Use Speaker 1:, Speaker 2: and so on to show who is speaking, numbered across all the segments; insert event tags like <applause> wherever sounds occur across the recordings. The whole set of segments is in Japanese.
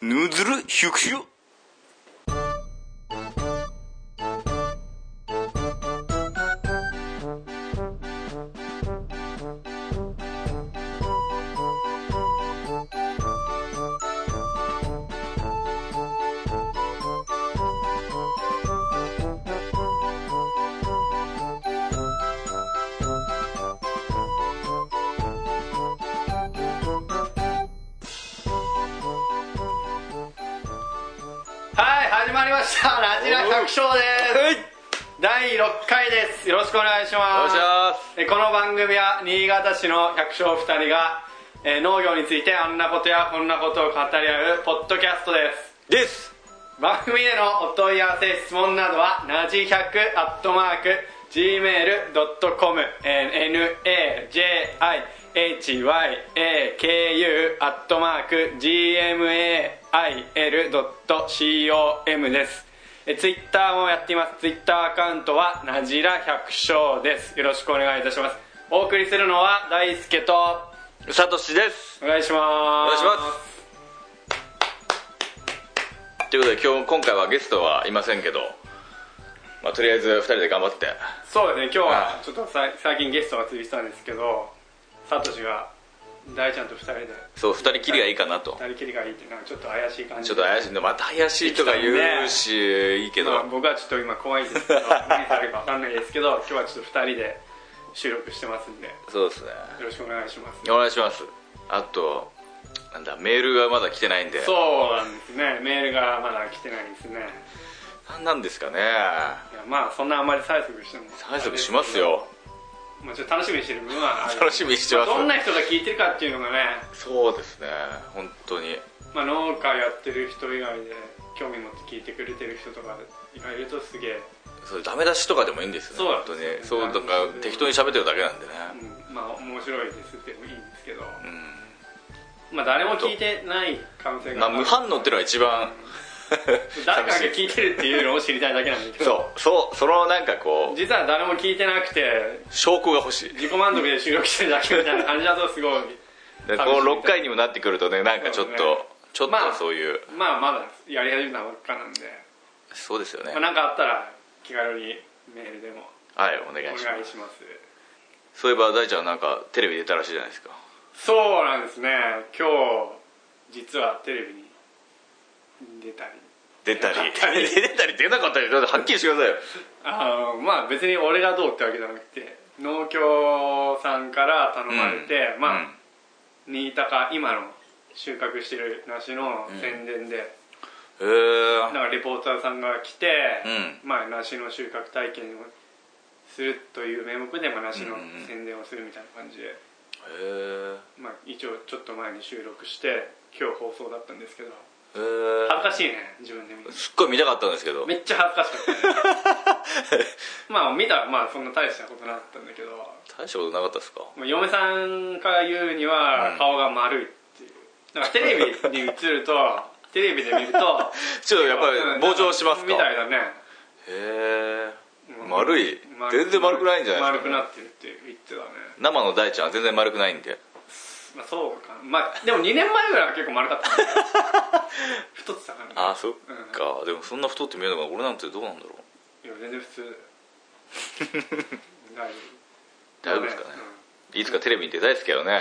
Speaker 1: ヌズルヒシュ
Speaker 2: はい始まりましたラジラ百姓です第6回ですよろしくお願いし
Speaker 3: お願
Speaker 2: ま
Speaker 3: い
Speaker 2: す
Speaker 3: します
Speaker 2: えこの番組は新潟市の百姓2人が、えー農業についてあんなことやこんなことを語り合うポッドキャストです
Speaker 3: です
Speaker 2: 番組へのお問い合わせ質問などはなじ100アットマーク gmail.com najihyaku アットマーク gmail.com ですえツイッターもやっていますツイッターアカウントはなじら百姓ですよろしくお願いいたしますお送りするのは大輔と
Speaker 3: サトシです
Speaker 2: お願いしま
Speaker 3: お願い
Speaker 2: す
Speaker 3: しますということで今日今回はゲストはいませんけど、まあ、とりあえず2人で頑張って
Speaker 2: そうですね今
Speaker 3: は
Speaker 2: 日はちょっとさ最近ゲストが続いてたんですけどサトシが大ちゃんと2人で
Speaker 3: そう2人きりがいいかなと
Speaker 2: 2人きりがいいってなんかちょっと怪しい感じ
Speaker 3: ちょっと怪しいまた怪しいとか言うしいいけど、
Speaker 2: まあ、僕はちょっと今怖いんですけど何されるか分かんないですけど今日はちょっと2人で収録してますんでよ
Speaker 3: そうですね
Speaker 2: ろしくお願いします
Speaker 3: お願いしますあとなんだメールがまだ来てないんで
Speaker 2: そうなんですねメールがまだ来てないですね
Speaker 3: 何なんですかね
Speaker 2: いやまあそんなあんまり催促しても
Speaker 3: 催促しますよ
Speaker 2: まあ、ちょっと楽しみにしてる部分はある
Speaker 3: 楽しみにしてます
Speaker 2: あどんな人が聞いてるかっていうのがね、
Speaker 3: そうですね本当に
Speaker 2: まあ、農家やってる人以外で興味持って聞いてくれてる人とかがいるとすげえ、
Speaker 3: それダメ出しとかでもいいんですよね
Speaker 2: そう
Speaker 3: 本当にそうだ
Speaker 2: ですね
Speaker 3: から適当に喋ってるだけなんでね、
Speaker 2: うん、まあ面白いですってもいいんですけど、
Speaker 3: うん
Speaker 2: まあ、誰も聞いてない可能性
Speaker 3: ま
Speaker 2: が
Speaker 3: あ、無反応ってのが一番
Speaker 2: 誰かが
Speaker 3: 寂し
Speaker 2: 聞いてるっていうのを知りたいだけなんだけど
Speaker 3: そうそうそのなんかこう
Speaker 2: 実は誰も聞いてなくて
Speaker 3: 証拠が欲しい
Speaker 2: 自己満足で収録してるだけみたいな感じだとすごい
Speaker 3: でこの6回にもなってくるとねなんかちょっと、
Speaker 2: そうね
Speaker 3: ちょっ
Speaker 2: まあ
Speaker 3: とそういう、
Speaker 2: まあまだやり始めたばっかなんで
Speaker 3: そうですよね、
Speaker 2: まあ、なんかあったら気軽にメールでも
Speaker 3: はいお願
Speaker 2: お願
Speaker 3: い
Speaker 2: い
Speaker 3: し
Speaker 2: し
Speaker 3: ま
Speaker 2: ます
Speaker 3: すそういえば大ちゃんなんかテレビ出たらしいじゃないですか
Speaker 2: そうなんですね今日実はテレビに出たり
Speaker 3: 出たり
Speaker 2: 出たり
Speaker 3: 出たり出なかったりだってはっきりしてくださいよ
Speaker 2: あのまあ別に俺がどうってわけじゃなくて農協さんから頼まれて、
Speaker 3: うん
Speaker 2: まあ、
Speaker 3: うん
Speaker 2: 新高今の収穫してる梨の宣伝で、
Speaker 3: へ
Speaker 2: だからレポーターさんが来て、
Speaker 3: う
Speaker 2: まあ、梨の収穫体験をするという名目で、まあ、梨の
Speaker 3: うんうんうん
Speaker 2: 宣伝をするみたいな感じで、
Speaker 3: えへ
Speaker 2: まあ、一応ちょっと前に収録して今日放送だったんですけど
Speaker 3: えへ
Speaker 2: 恥ずかしいね自分で見て
Speaker 3: えすっごい見たかったんですけど
Speaker 2: めっちゃ恥ずかしかった、
Speaker 3: <laughs>
Speaker 2: まあ見たらまあそんな大したことなかったんだけど
Speaker 3: 大したことなかったですか
Speaker 2: もう嫁さんから言うには
Speaker 3: うん
Speaker 2: 顔が丸いっていうだからテレビに映
Speaker 3: <laughs>
Speaker 2: るとテレビで見ると
Speaker 3: ちょっとやっぱり膨張しますか
Speaker 2: みた
Speaker 3: へ
Speaker 2: いだね
Speaker 3: え丸い全然丸くないんじゃないですか
Speaker 2: 丸くなってるって言ってたね
Speaker 3: 生の大ちゃんは全然丸くないんで
Speaker 2: まあそうかまあでも2年前ぐらいは結構丸かっ
Speaker 3: <laughs>
Speaker 2: たんだけど太ってたからね
Speaker 3: ああそっか、でもそんな太って見えるのが俺なんてどうなんだろう
Speaker 2: いや全然普通
Speaker 3: <laughs> 大
Speaker 2: 大丈
Speaker 3: 丈夫ですかね、
Speaker 2: うん
Speaker 3: いつかテレビに出たいですけどね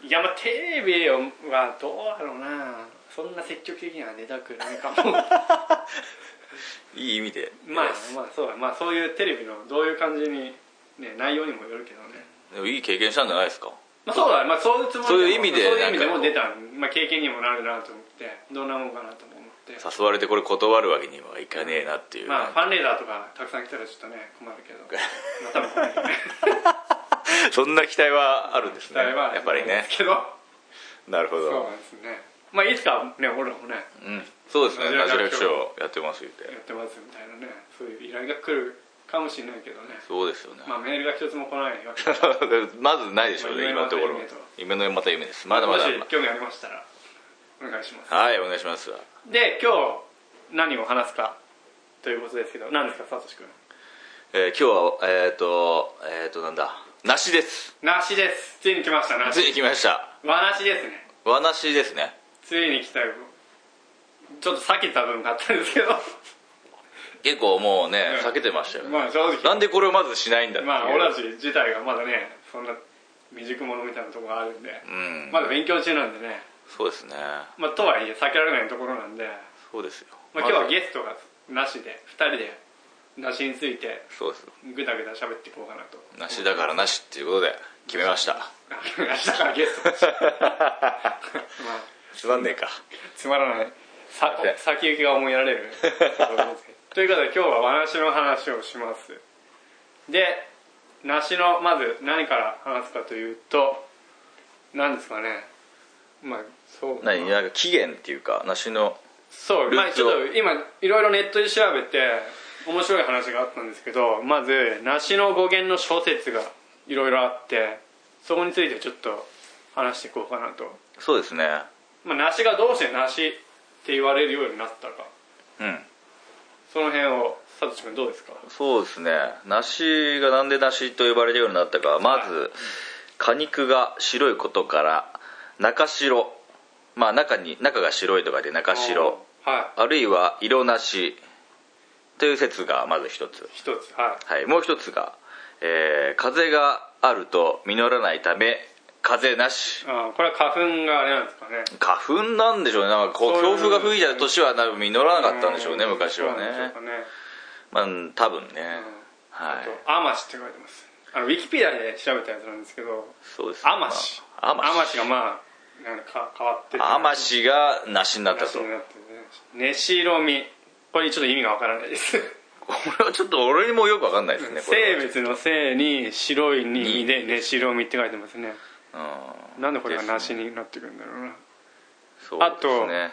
Speaker 2: いやまあテレビはどうだろうなそんな積極的には出たくない
Speaker 3: <laughs>
Speaker 2: かも
Speaker 3: いい意味で
Speaker 2: まあ
Speaker 3: です
Speaker 2: まあそうだまあそういうテレビのどういう感じに、ね、内容にもよるけどね
Speaker 3: でもいい経験したんじゃないですか
Speaker 2: まあそうだまあそういうつもり
Speaker 3: そういう意味で
Speaker 2: そういう意味で
Speaker 3: なん
Speaker 2: も
Speaker 3: か
Speaker 2: 出た、まあ、経験にもなるなと思ってどんなもんかなとも思って
Speaker 3: 誘われてこれ断るわけにはいかねえなっていう、
Speaker 2: まあファンレーダーとかたくさん来たらちょっとね困る
Speaker 3: <laughs>
Speaker 2: けどまあ多分来ないけどね
Speaker 3: そんな期待はあるんです
Speaker 2: 期
Speaker 3: ね
Speaker 2: 待は
Speaker 3: <laughs> やっぱ
Speaker 2: <laughs>
Speaker 3: りね
Speaker 2: ですけど
Speaker 3: なるほ
Speaker 2: そう
Speaker 3: ど
Speaker 2: なんですねまあいつかね俺らもね
Speaker 3: うんそうですね
Speaker 2: ラ
Speaker 3: ラジ
Speaker 2: ジ
Speaker 3: オ
Speaker 2: オ局
Speaker 3: 局長やってます言って
Speaker 2: やってますみたいなねそういう依頼が来るかもしれないけどね
Speaker 3: そうですよね、
Speaker 2: まあメールが一つも来ないわけ
Speaker 3: <laughs> まずないでしょうね今
Speaker 2: まあ
Speaker 3: のところ
Speaker 2: 夢のまた
Speaker 3: 夢のまた夢
Speaker 2: 夢と
Speaker 3: ですまだまだ
Speaker 2: もし興味ありましたらお願いします
Speaker 3: はいお願いします
Speaker 2: で今日何を話すかということですけど何ですかサトシ君
Speaker 3: えー今日はえっ、とえっ、となんだ梨です
Speaker 2: 梨ですついに来ました
Speaker 3: つ
Speaker 2: 梨
Speaker 3: いに来ました
Speaker 2: 和梨ですね
Speaker 3: 和梨ですね
Speaker 2: ついに来たよちょっと避けた部分があったんですけど <laughs>
Speaker 3: 結構もうね
Speaker 2: うん
Speaker 3: 避けてましたよね
Speaker 2: まあ正直
Speaker 3: なんでこれをまずしないんだっていう
Speaker 2: まあ俺たち自体がまだねそんな未熟者みたいなところがあるんで、
Speaker 3: うん
Speaker 2: まだ勉強中なんでね
Speaker 3: そうですね
Speaker 2: まあとはいえ避けられないところなんで、
Speaker 3: そうですよ
Speaker 2: まあ、今日は
Speaker 3: ず
Speaker 2: ゲストがなしで2人で梨について
Speaker 3: そうですよ
Speaker 2: ぐだぐだ喋っていこうかなと
Speaker 3: なしだからなしっていうことで決めました
Speaker 2: 明日からゲストだしまあ
Speaker 3: <laughs> つまんねえか
Speaker 2: つまらないさ
Speaker 3: はい
Speaker 2: 先行きが思いやられ <laughs> るということで今日は話の話をしますで梨のまず何から話すかというと何ですかねまあそう
Speaker 3: 何なんか期限っていうか梨の
Speaker 2: そう、
Speaker 3: ル
Speaker 2: まあ、
Speaker 3: ー
Speaker 2: ち
Speaker 3: ツ
Speaker 2: ょ
Speaker 3: を
Speaker 2: っと今いろいろネットで調べて面白い話があったんですけどまず梨の語源の諸説がいろいろあってそこについてちょっと話していこうかなと、
Speaker 3: そうですね
Speaker 2: まあ、梨がどうして梨って言われるようになったか
Speaker 3: うん
Speaker 2: その辺をサトシ君どうですか
Speaker 3: そうですね梨がなんで梨と呼ばれるようになったかはまず果肉が白いことから中白まあ中に中が白いとかで中白
Speaker 2: は
Speaker 3: あるいは色なしという説がまず一つ
Speaker 2: い一つは
Speaker 3: はいもう一つが、えー風があると実らないため風なし
Speaker 2: いあーこれは花粉があれなんですかね
Speaker 3: 花粉なんでしょうねなんかこう
Speaker 2: そういう
Speaker 3: 強風が吹いた年は多分実らなかったんでしょうね
Speaker 2: ん
Speaker 3: 昔は
Speaker 2: そうなんでしょう
Speaker 3: ね
Speaker 2: かね
Speaker 3: まあ多分ね
Speaker 2: あ
Speaker 3: はい
Speaker 2: とアマシって書いてますあのウィキペディアで調べたやつなんですけど
Speaker 3: そうですね
Speaker 2: アマシ
Speaker 3: まあアマシ
Speaker 2: がまあなんか変わってる
Speaker 3: アマシが梨になった
Speaker 2: 話
Speaker 3: と
Speaker 2: になってるねネシロミこれちょっと意味がわからないです
Speaker 3: これはちょっと俺にもよくわかんないですねこれ
Speaker 2: 性別の性に白いにでネシロミって書いてますね
Speaker 3: はうん
Speaker 2: なんでこれが
Speaker 3: です
Speaker 2: 梨になってくるんだろうな
Speaker 3: そうですね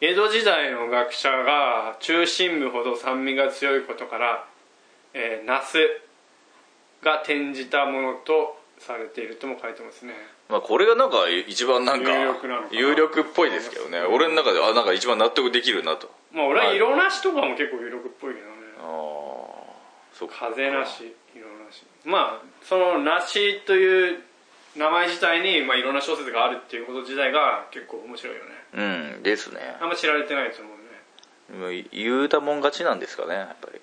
Speaker 2: 江戸時代の学者が中心部ほど酸味が強いことから、えー、ナスが転じたものとされているとも書いてますね
Speaker 3: まあこれがなんか一番なんか
Speaker 2: 有力なのかな
Speaker 3: 有力っぽいですけどね俺の中であなんか一番納得できるなと
Speaker 2: まあ俺は
Speaker 3: はい
Speaker 2: 色なしとかも結構有力っぽいけどね
Speaker 3: ああそうか
Speaker 2: 風なし色なしまあその「なし」という名前自体に、まあ、いろんな小説があるっていうこと自体が結構面白いよね
Speaker 3: うんですね
Speaker 2: あんま知られてないと思うね <laughs>
Speaker 3: もう言うたもん勝ちなんですかねやっぱり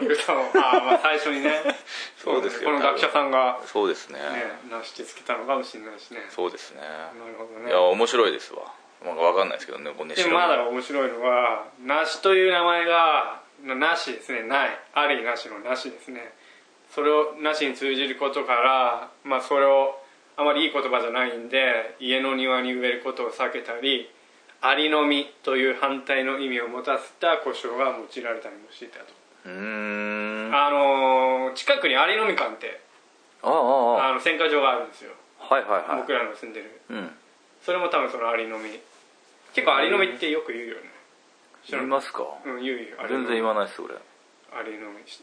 Speaker 2: ゆうさんもああまあ最初にね
Speaker 3: <laughs> そうですよ
Speaker 2: この学者さんが
Speaker 3: そうですね
Speaker 2: ねなしってつけたのかもしれないしね
Speaker 3: そうですね
Speaker 2: なるほど
Speaker 3: いや
Speaker 2: ね
Speaker 3: 面白いですわなんかわかんないですけどねこうね
Speaker 2: で
Speaker 3: 白
Speaker 2: も
Speaker 3: い
Speaker 2: まだ面白いのは「なし」という名前が「ななし」ですね「ない」「ありなし」の「なし」ですねそれを「なし」に通じることから、まあ、それをあまりいい言葉じゃないんで家の庭に植えることを避けたり「ありのみ」という反対の意味を持たせた故障が用いられたりもしていたと、
Speaker 3: うーんあ
Speaker 2: あのー近くに有のみ館って
Speaker 3: ああ
Speaker 2: あの選果場があるんですよ
Speaker 3: あはいはいは
Speaker 2: 僕らの住んでる
Speaker 3: いうん
Speaker 2: それも多分その有のみ結構有のみってよく言うよね知ら
Speaker 3: 言い
Speaker 2: ない
Speaker 3: ますか
Speaker 2: うん、言うよ。
Speaker 3: 全然言わないです俺
Speaker 2: あれのみし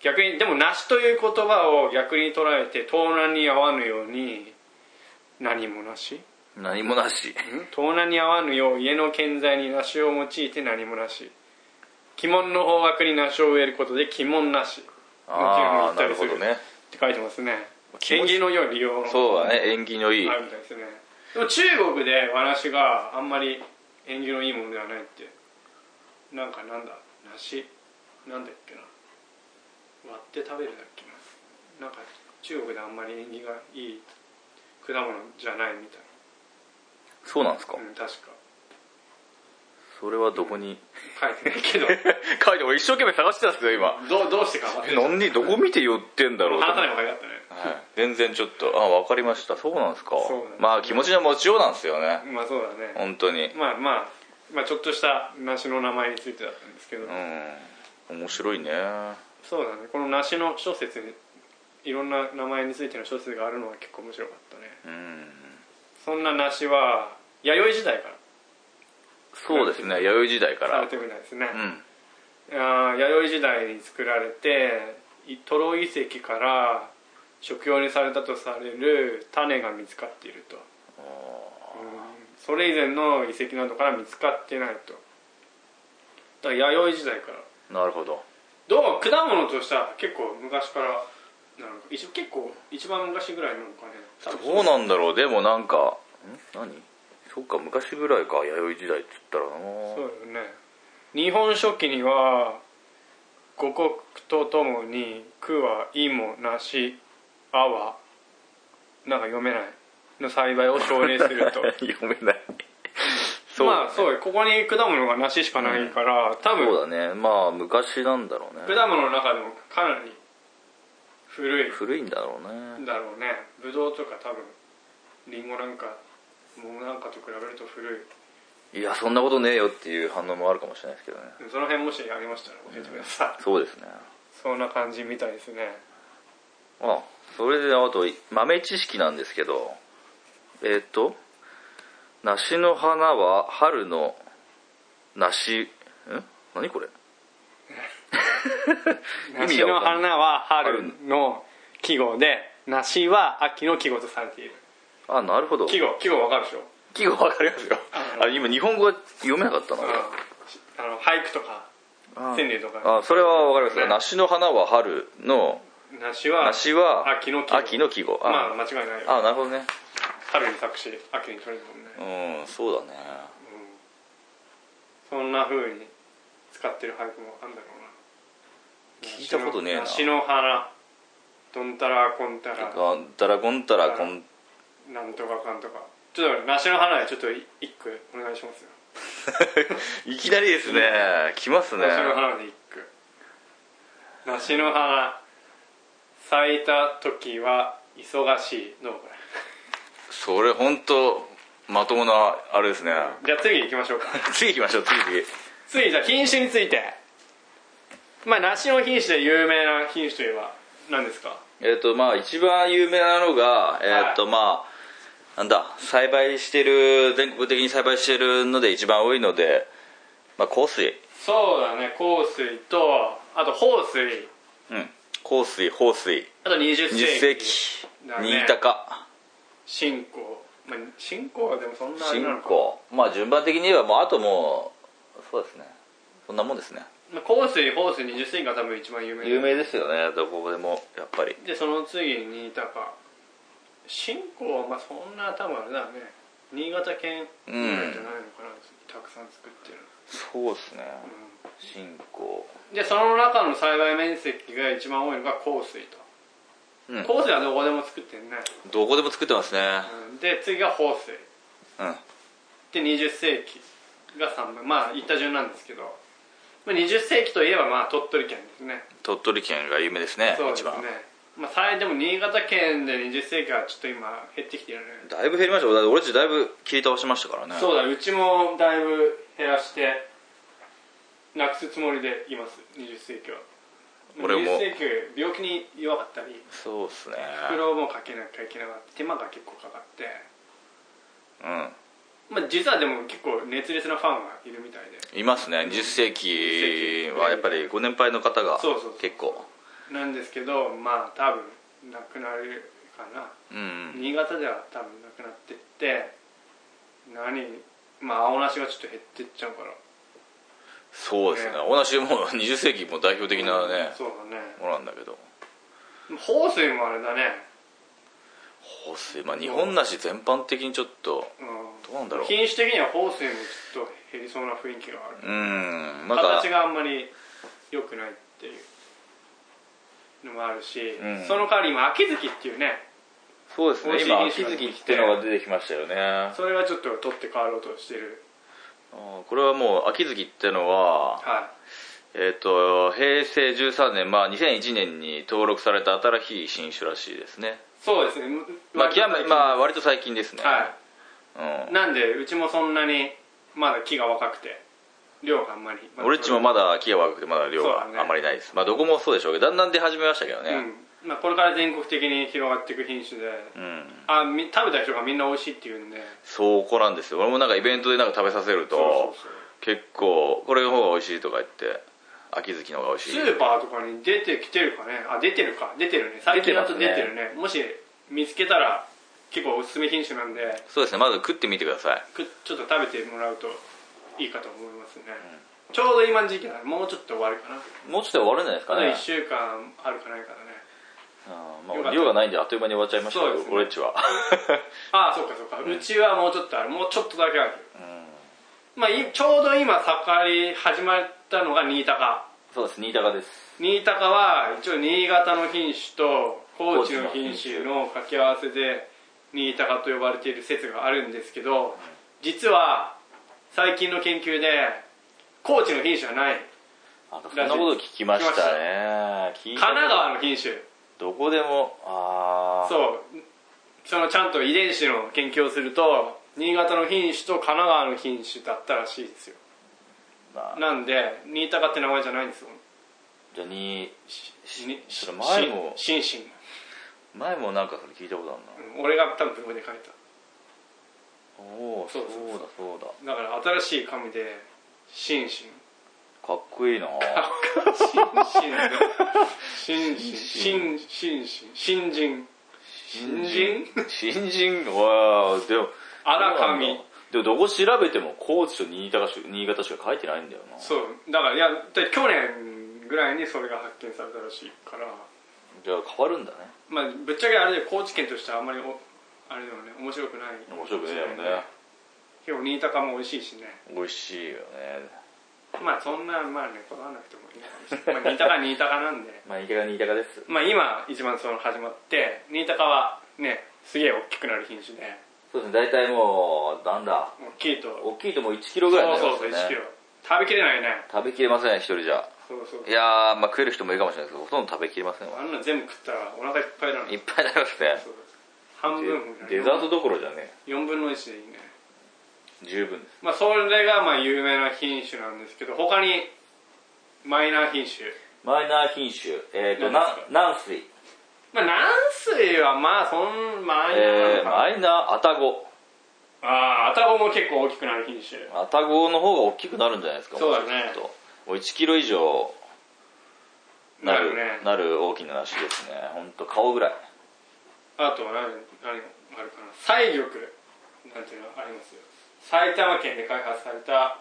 Speaker 2: 逆に、でも、梨という言葉を逆に捉えて、盗難に合わぬように、何もなし
Speaker 3: 何もなし
Speaker 2: 盗難に合わぬよう、家の建材に梨を用いて何もなし。鬼門の方角に梨を植えることで、鬼門なし。
Speaker 3: <laughs> ああ
Speaker 2: の
Speaker 3: な
Speaker 2: 気分に行ったり
Speaker 3: る
Speaker 2: す
Speaker 3: ほどね
Speaker 2: って書いてますね。
Speaker 3: 気持
Speaker 2: 縁
Speaker 3: ち
Speaker 2: 起の良い利用の。
Speaker 3: そうだね縁起のいい
Speaker 2: あるみたいですね。でも、中国で和梨があんまり縁起のいいものではないって。なんか、なんだ、梨、なんだっけな。割って食べるだっけななんか中国であんまり縁起がいい果物じゃないみたい
Speaker 3: そうなんですか
Speaker 2: な、うん、確か
Speaker 3: それはどこ <laughs> に
Speaker 2: 書いてないけど
Speaker 3: 書いて俺一生懸命探してたんですけど今
Speaker 2: <laughs> どうどうしてか忘れた
Speaker 3: 何どこ見て言ってんだろうと
Speaker 2: 話さない方が良かったね
Speaker 3: はい全然ちょっとあ分かりましたそうなんですか
Speaker 2: そうなんです
Speaker 3: まあ気持ちの持ちようなんですよね
Speaker 2: まあそうだね、
Speaker 3: 本当に
Speaker 2: まあまあまあちょっとした梨の名前についてだったんですけど、
Speaker 3: うん面白いね
Speaker 2: そうだねこの梨の小説にいろんな名前についての小説があるのは結構面白かったね
Speaker 3: うん
Speaker 2: そんな梨は弥生時代か
Speaker 3: そうですね弥生時代から
Speaker 2: され
Speaker 3: ら
Speaker 2: てるみたいですね、
Speaker 3: うん
Speaker 2: あー弥生時代に作られていトロ遺跡から食用にされたとされる種が見つかっているとうんそれ以前の遺跡などから見つかってないとだから弥生時代から
Speaker 3: なるほど
Speaker 2: どうも果物としては結構昔からなのか一結構一番昔ぐらいなのかね
Speaker 3: どうなんだろうでもなんかん何そっか昔ぐらいか弥生時代っつったらな
Speaker 2: そうですね日本書紀には五国とともに「く」は「い」も「なし」「あ」はなんか読めないの栽培を奨励すると
Speaker 3: 読めない <laughs> そう
Speaker 2: まあそうよここに果物が梨しかないから、多分
Speaker 3: そうだねまあ昔なんだろうね
Speaker 2: 果物の中でもかなり古い
Speaker 3: 古いんだろうね
Speaker 2: だろうねぶどうとか多分りんごなんか桃なんかと比べると古い
Speaker 3: いやそんなことねえよっていう反応もあるかもしれないですけどね
Speaker 2: その辺もしありましたら教えてください、
Speaker 3: そうですね
Speaker 2: そんな感じみたいですね
Speaker 3: あそれであと豆知識なんですけどえっ、と梨の花は春の梨ん何
Speaker 2: <laughs>
Speaker 3: これ意味
Speaker 2: 梨
Speaker 3: が
Speaker 2: の
Speaker 3: わかんない
Speaker 2: 花は春の季語で梨は秋の季語とされている
Speaker 3: あなるほど
Speaker 2: 季語季語わかるでしょ、
Speaker 3: 季語わかりますよ
Speaker 2: うん
Speaker 3: あ今日本語が読めなかったな
Speaker 2: うん、あの俳句とか
Speaker 3: あ
Speaker 2: 川柳とか
Speaker 3: あそれはわかりますよ
Speaker 2: ね
Speaker 3: 梨の花は春の
Speaker 2: 梨は
Speaker 3: 梨は
Speaker 2: 秋の季語
Speaker 3: 秋の季語
Speaker 2: まあ
Speaker 3: あ、
Speaker 2: 間違いないよ
Speaker 3: あなるほどね
Speaker 2: 春に作詞秋に取れるもんね、
Speaker 3: うんそうだね
Speaker 2: そんな風に使ってる俳句もあるんだろうな
Speaker 3: 聞いたことねえな
Speaker 2: 梨の花どんたらこんたら
Speaker 3: あだらこんたらこん
Speaker 2: なんとかかんとかちょっと梨の花でちょっとい一句お願いしますよ、
Speaker 3: <laughs> いきなりですね来ますね
Speaker 2: 梨の花で一句梨の花咲いた時は忙しいどうこ
Speaker 3: それ本当まともなあれですね <laughs>
Speaker 2: れじゃあ次行きましょうか
Speaker 3: 次行きましょう次次
Speaker 2: 次じゃあ品種についてまあ梨の品種で有名な品種といえば何ですか
Speaker 3: えっ、とまあ一番有名なのがえっ、と、まあなんだ栽培してる全国的に栽培してるので一番多いのでまあ香水
Speaker 2: そうだね香水とあと豊水
Speaker 3: うん香水放水
Speaker 2: あと20世紀
Speaker 3: 実績
Speaker 2: だね
Speaker 3: 新高
Speaker 2: 新興、まあ、新興はでもそんなあれ
Speaker 3: 新
Speaker 2: なのか
Speaker 3: 興まあ順番的に言えばもうあともうそうですねそんなもんですね
Speaker 2: まあ、香水豊水20世紀が多分一番有名
Speaker 3: 有名ですよねどこでもやっぱり
Speaker 2: でその次に新高新興はまあそんな多分あれだね新潟県ぐらいじゃないのかな、たくさん作ってる
Speaker 3: そうですね
Speaker 2: の、
Speaker 3: 新興
Speaker 2: うんでその中の栽培面積が一番多いのが香水と、
Speaker 3: うん
Speaker 2: 香水はどこでも作ってんね、
Speaker 3: どこでも作ってますね
Speaker 2: うんで次が豊水
Speaker 3: うん
Speaker 2: で20世紀が3番まあ言った順なんですけど、まあ、20世紀といえばまあ鳥取県ですね
Speaker 3: 鳥取県が有名ですね
Speaker 2: そうです
Speaker 3: 一
Speaker 2: ね
Speaker 3: 番、
Speaker 2: まあ、最でも新潟県で20世紀はちょっと今減ってきてるね
Speaker 3: だいぶ減りましたよだって俺たちだいぶ切り倒しましたからね
Speaker 2: そうだうちもだいぶ減らしてなくすつもりでいます20世紀は
Speaker 3: 俺も
Speaker 2: 20世紀病気に弱かったり
Speaker 3: そうっすね
Speaker 2: 袋もかけなきゃいけなかった手間が結構かかって
Speaker 3: うん
Speaker 2: まあ実はでも結構熱烈なファンがいるみたいで
Speaker 3: いますね10世紀はやっぱりご年配の方が
Speaker 2: そうそうそう
Speaker 3: 結構
Speaker 2: なんですけどまあ多分なくなるかな
Speaker 3: うんうん
Speaker 2: 新潟では多分なくなってって何まあ青梨がちょっと減ってっちゃうから
Speaker 3: そうですね
Speaker 2: ね
Speaker 3: 同じもう20世紀も代表的なね
Speaker 2: そうだね
Speaker 3: ものなんだけど
Speaker 2: 豊水もあれだね、
Speaker 3: 香水まあ日本梨全般的にちょっと
Speaker 2: う
Speaker 3: どうなんだろ
Speaker 2: ん、
Speaker 3: う
Speaker 2: 品種的には豊水もちょっと減りそうな雰囲気がある
Speaker 3: うんなんか
Speaker 2: 形があんまり良くないっていうのもあるし、
Speaker 3: うん
Speaker 2: その代わり今秋月っていうね
Speaker 3: そうです
Speaker 2: 美
Speaker 3: ね
Speaker 2: 味しい
Speaker 3: 今
Speaker 2: 品
Speaker 3: 秋
Speaker 2: 種が
Speaker 3: 月っていうのが出てきましたよねあ
Speaker 2: それがちょっと取って代わろうとしてる
Speaker 3: ーこれはもう秋月ってのは
Speaker 2: は
Speaker 3: えっ、と平成13年まあ2001年に登録された新しい新種らしいですね
Speaker 2: いそうですね
Speaker 3: まあ極めま
Speaker 2: あ
Speaker 3: あ割と最近ですね、
Speaker 2: はい
Speaker 3: うん
Speaker 2: なんでうちもそんなにまだ木が若くて量があんまり
Speaker 3: 俺っちもまだ木が若くてまだ量
Speaker 2: そうだね
Speaker 3: があんまりないです、まあどこもそうでしょうけどだんだん出始めましたけど
Speaker 2: う
Speaker 3: ね
Speaker 2: んまあ、これから全国的に広がっていく品種で、
Speaker 3: うん、
Speaker 2: あみ食べた人がみんな美味しいって言うんで
Speaker 3: そうこなんですよ俺もなんかイベントでなんか食べさせると
Speaker 2: そう
Speaker 3: 結構これの方が美味しいとか言って秋月の方が美味しい
Speaker 2: スーパーとかに出てきてるかねあ出てるか出てるね最近だと出てるねもし見つけたら結構おすすめ品種なんで
Speaker 3: そうですねまず食ってみてください
Speaker 2: くちょっと食べてもらうといいかと思いますね、ちょうど今の時期だねもうちょっと終わるかな
Speaker 3: もうちょっと終わるんじゃないです
Speaker 2: あ
Speaker 3: か
Speaker 2: と
Speaker 3: ね
Speaker 2: 1週間あるかないかだね
Speaker 3: あーま
Speaker 2: よか
Speaker 3: あ、
Speaker 2: った
Speaker 3: 量がないんであっという間に終わっちゃいましたけど、
Speaker 2: そうですね
Speaker 3: 俺っちは
Speaker 2: ああそうかそうか、うちはもうちょっとあるもうちょっとだけある
Speaker 3: うん
Speaker 2: まあいちょうど今盛り始まったのが新高
Speaker 3: そうです新高です
Speaker 2: 新高は一応新潟の品種と高知の品種の掛け合わせで新高と呼ばれている説があるんですけど実は最近の研究で高知の品種はない
Speaker 3: あそんなこと聞きましたね聞い
Speaker 2: 神
Speaker 3: た
Speaker 2: 奈川の品種
Speaker 3: どこでもああ
Speaker 2: そうそのちゃんと遺伝子の研究をすると新潟の品種と神奈川の品種だったらしいですよ
Speaker 3: まあ
Speaker 2: なんで新高って名前じゃないんですよ
Speaker 3: じゃあに
Speaker 2: に
Speaker 3: それ前も
Speaker 2: しんしん
Speaker 3: 前もなんかそれ聞いたことあるな
Speaker 2: うん俺が多分ブログで書いた
Speaker 3: おおそ
Speaker 2: そううそうそう
Speaker 3: だそうだ
Speaker 2: だから新しい紙で「シンシン
Speaker 3: かっこいいな」
Speaker 2: シンシン「シンシン」「シンシン」「新人」
Speaker 3: 新
Speaker 2: 人
Speaker 3: 新人わあでも
Speaker 2: 「荒
Speaker 3: そうなん
Speaker 2: 紙
Speaker 3: だでもどこ調べても高知と新潟し新潟しか書いてないんだよ」な
Speaker 2: そうだからいやで去年ぐらいにそれが発見されたらしいから
Speaker 3: じゃあ変わるんだね
Speaker 2: まあぶっちゃけあれで高知県としてはあんまりおあれでもね面白くない
Speaker 3: 面白くねえよね
Speaker 2: 結構新高も美味しいしね
Speaker 3: 美味しいよね
Speaker 2: まあそんなまあねこだわらなくてもいいかもしれない、まあ、新高は新高なんで
Speaker 3: まあ新潟新潟です
Speaker 2: まあ今一番その始まって新高はねすげえ大きくなる品種で
Speaker 3: そうですね大体もうなんだ
Speaker 2: 大きいと
Speaker 3: 大きいともう1キロぐらいになり
Speaker 2: そ
Speaker 3: ま
Speaker 2: う
Speaker 3: す
Speaker 2: そうそう
Speaker 3: よ
Speaker 2: 1キ
Speaker 3: ね
Speaker 2: ロ食べきれないね
Speaker 3: 食べきれません一人じゃ
Speaker 2: そうそう
Speaker 3: いやーまあ食える人もいるかもしれないですけどほとんど食べきれませんわ
Speaker 2: あんなの全部食ったらお腹いっぱいだない
Speaker 3: っぱいになりますね
Speaker 2: そう半分
Speaker 3: デザートどころじゃね
Speaker 2: 4分の1でいいね
Speaker 3: え十分です
Speaker 2: まあそれがまあ有名な品種なんですけど他にマイナー品種
Speaker 3: マイナー品種えっ、ー、と
Speaker 2: 何
Speaker 3: な
Speaker 2: ですか
Speaker 3: 軟水
Speaker 2: まあ軟水はまあそんマイナーな
Speaker 3: え
Speaker 2: の
Speaker 3: ー、
Speaker 2: か
Speaker 3: マイナーアタゴ
Speaker 2: なああアタゴも結構大きくなる品種
Speaker 3: アタゴの方が大きくなるんじゃないですか
Speaker 2: そうだね
Speaker 3: もしかするともう1キロ以上なる
Speaker 2: なるね
Speaker 3: なる大きな梨ですね本当顔ぐらい
Speaker 2: あとは何何があるかな西玉なんていうのありますよ埼玉県で開発された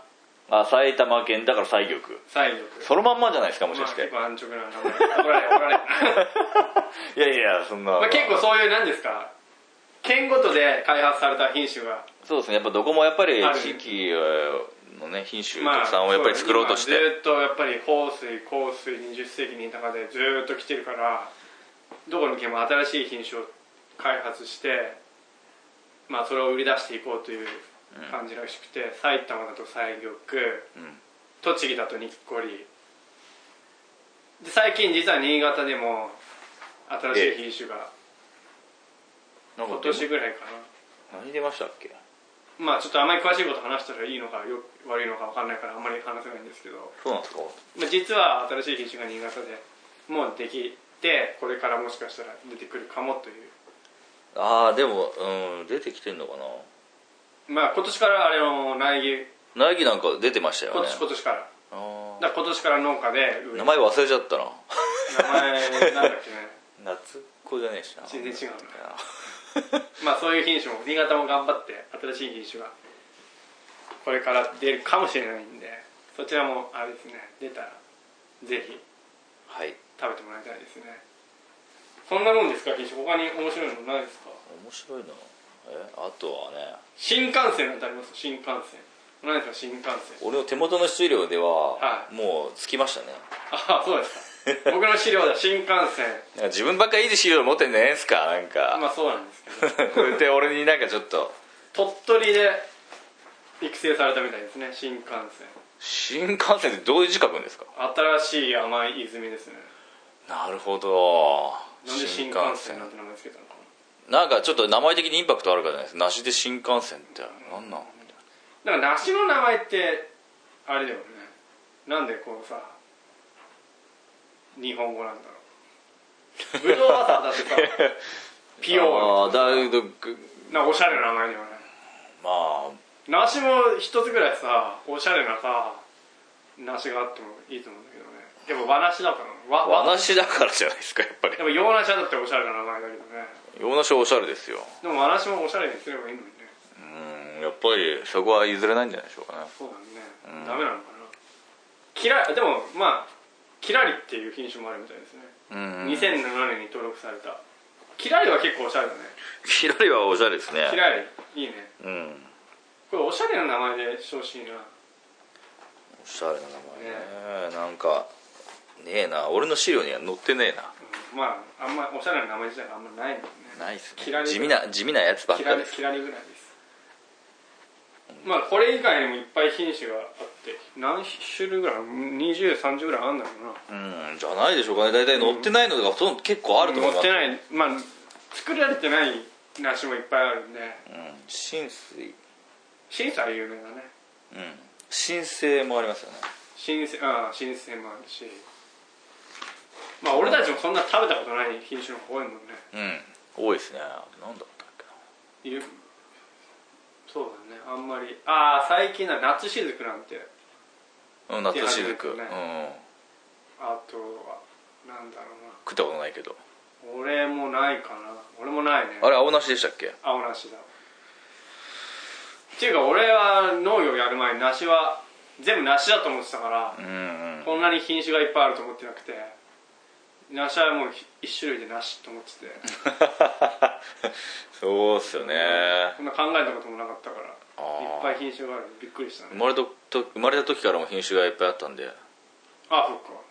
Speaker 3: あ埼玉県だから西玉
Speaker 2: 西玉
Speaker 3: そのまんまじゃないですかもし
Speaker 2: ま
Speaker 3: か
Speaker 2: あ
Speaker 3: し
Speaker 2: 結
Speaker 3: て、
Speaker 2: 構安直な名前怒られる怒られる
Speaker 3: <laughs> いやいやそんな、
Speaker 2: まあ結構そういう何ですか県ごとで開発された品種が
Speaker 3: そうですねやっぱどこもやっぱり
Speaker 2: ある
Speaker 3: 地域のね品種特産をやっぱり作ろうとして、
Speaker 2: そう今ずっとやっぱり豊水香水20世紀に高でずっと来てるからどこの県も新しい品種を開発してまあそれを売り出していこうという感じらしくて、埼玉だと西玉
Speaker 3: うん
Speaker 2: 栃木だとにっこりで最近実は新潟でも新しい品種が
Speaker 3: なん
Speaker 2: 今
Speaker 3: かで
Speaker 2: 年
Speaker 3: も
Speaker 2: ぐらいか
Speaker 3: 何出ましたっけ
Speaker 2: なまあちょっとあまり詳しいこと話したらいいのかよ悪いのか分かんないからあんまり話せないんですけど、
Speaker 3: そうなんですか
Speaker 2: まあ、実は新しい品種が新潟でもうできてこれからもしかしたら出てくるかもという
Speaker 3: ああでもうん出てきてんのか
Speaker 2: まあ今年からあれの苗木
Speaker 3: な苗木なんか出てましたよ
Speaker 2: 今
Speaker 3: ね
Speaker 2: 年今年から
Speaker 3: あ
Speaker 2: だから今年から農家で
Speaker 3: ー
Speaker 2: 植え
Speaker 3: 名前忘れちゃったな <laughs>
Speaker 2: 名前なんだっけね
Speaker 3: 夏っ子じゃねえしな
Speaker 2: 全然違うない
Speaker 3: や
Speaker 2: まあそういう品種も新潟も頑張って新しい品種がこれから出るかもしれないんでそちらもあれですね出たらぜひ
Speaker 3: はい
Speaker 2: 食べてもらいたいですねそんなもんですか品種他に面白いのないですか
Speaker 3: 面白いなえあとはね
Speaker 2: 新幹線なんてあります新幹線何ですか新幹線
Speaker 3: 俺の手元の資料では、
Speaker 2: は
Speaker 3: もうつきましたね
Speaker 2: ああそうですか僕の資料だ新幹線
Speaker 3: なんか自分ばっかいい資料持ってんじゃないですかなんか、
Speaker 2: まあそうなんですけど
Speaker 3: <laughs> こうやって俺になんかちょっと
Speaker 2: 鳥取で育成されたみたいですね新幹線
Speaker 3: 新幹線ってどういう字書くんですか
Speaker 2: 新しい甘い泉ですね
Speaker 3: なるほど
Speaker 2: なんで新幹線なんて名前つけたのかな
Speaker 3: なんかちょっと名前的にインパクトあるからじゃないですか梨で新幹線ってなんなんみたい
Speaker 2: だから梨の名前ってあれだよねなんでこうさ日本語なんだろうぶどうはさだってさ
Speaker 3: <laughs>
Speaker 2: ピオ
Speaker 3: な
Speaker 2: ー
Speaker 3: あーだいぶく
Speaker 2: なんかおしゃれな名前だよね
Speaker 3: まあ
Speaker 2: 梨も一つぐらいさおしゃれなさ梨があってもいいと思うんだけどねでも和梨だから和
Speaker 3: 和
Speaker 2: 和
Speaker 3: 梨だからじゃないですかやっぱり
Speaker 2: でも洋梨はだっておしゃれな名前だけどね
Speaker 3: 洋梨はおしゃれですよ
Speaker 2: でも和梨もおしゃれにすればいいのにね
Speaker 3: うんやっぱりそこは譲れないんじゃないでしょうかね
Speaker 2: そうだね、
Speaker 3: うん
Speaker 2: ダメなのかなキラでもまあキラリっていう品種もあるみたいですね
Speaker 3: うん
Speaker 2: 2007年に登録されたキラリは結構おしゃれだね
Speaker 3: キラリはおしゃれですね
Speaker 2: キラリいいね
Speaker 3: うん
Speaker 2: これおしゃれな名前でしてほしいな
Speaker 3: おしゃれな名前ねなんかねえな俺の資料には載ってねえな
Speaker 2: うんまああんまおしゃれな名前自体があんまないもんね
Speaker 3: ないっす
Speaker 2: キラリ
Speaker 3: 地味な地味なやつばっ
Speaker 2: キ
Speaker 3: か
Speaker 2: ラ
Speaker 3: で
Speaker 2: リ
Speaker 3: す
Speaker 2: キラリぐらいですまあこれ以外にもいっぱい品種があって何種類ぐらい2030ぐらいあるんだろうな
Speaker 3: うんじゃないでしょうかね大体載ってないのがほとんど結構あると思い
Speaker 2: 持
Speaker 3: ま
Speaker 2: っ
Speaker 3: す
Speaker 2: てないまあ作られてない梨もいっぱいあるんで
Speaker 3: うん浸水
Speaker 2: シンセは有名だね
Speaker 3: うん申請もありますよね
Speaker 2: シンセああシンセもあるしまあ俺たちもそんな食べたことない品種の方が多いもんね
Speaker 3: うん多いですねなんだったっけない
Speaker 2: るそうだねあんまりああ最近だ夏しずくなんて
Speaker 3: うん、夏しずく、う
Speaker 2: 手始
Speaker 3: ん
Speaker 2: めとあとはなんだろ
Speaker 3: 食ったことないけど
Speaker 2: うな俺もないかな俺もないね
Speaker 3: あれ青梨でしたっけ
Speaker 2: 青梨だっていうか俺は農業やる前に梨は全部梨だと思ってたから、
Speaker 3: うんうん <laughs>
Speaker 2: こんなに品種がいっぱいあると思ってなくて梨はもう一種類で梨と思ってて
Speaker 3: そうっすよね
Speaker 2: こんな考えたこともなかったから
Speaker 3: あ
Speaker 2: い
Speaker 3: あ
Speaker 2: っぱい品種があるびっくりした
Speaker 3: 生
Speaker 2: ね
Speaker 3: まれたと生まれた時からも品種がいっぱいあったんで
Speaker 2: あそっか、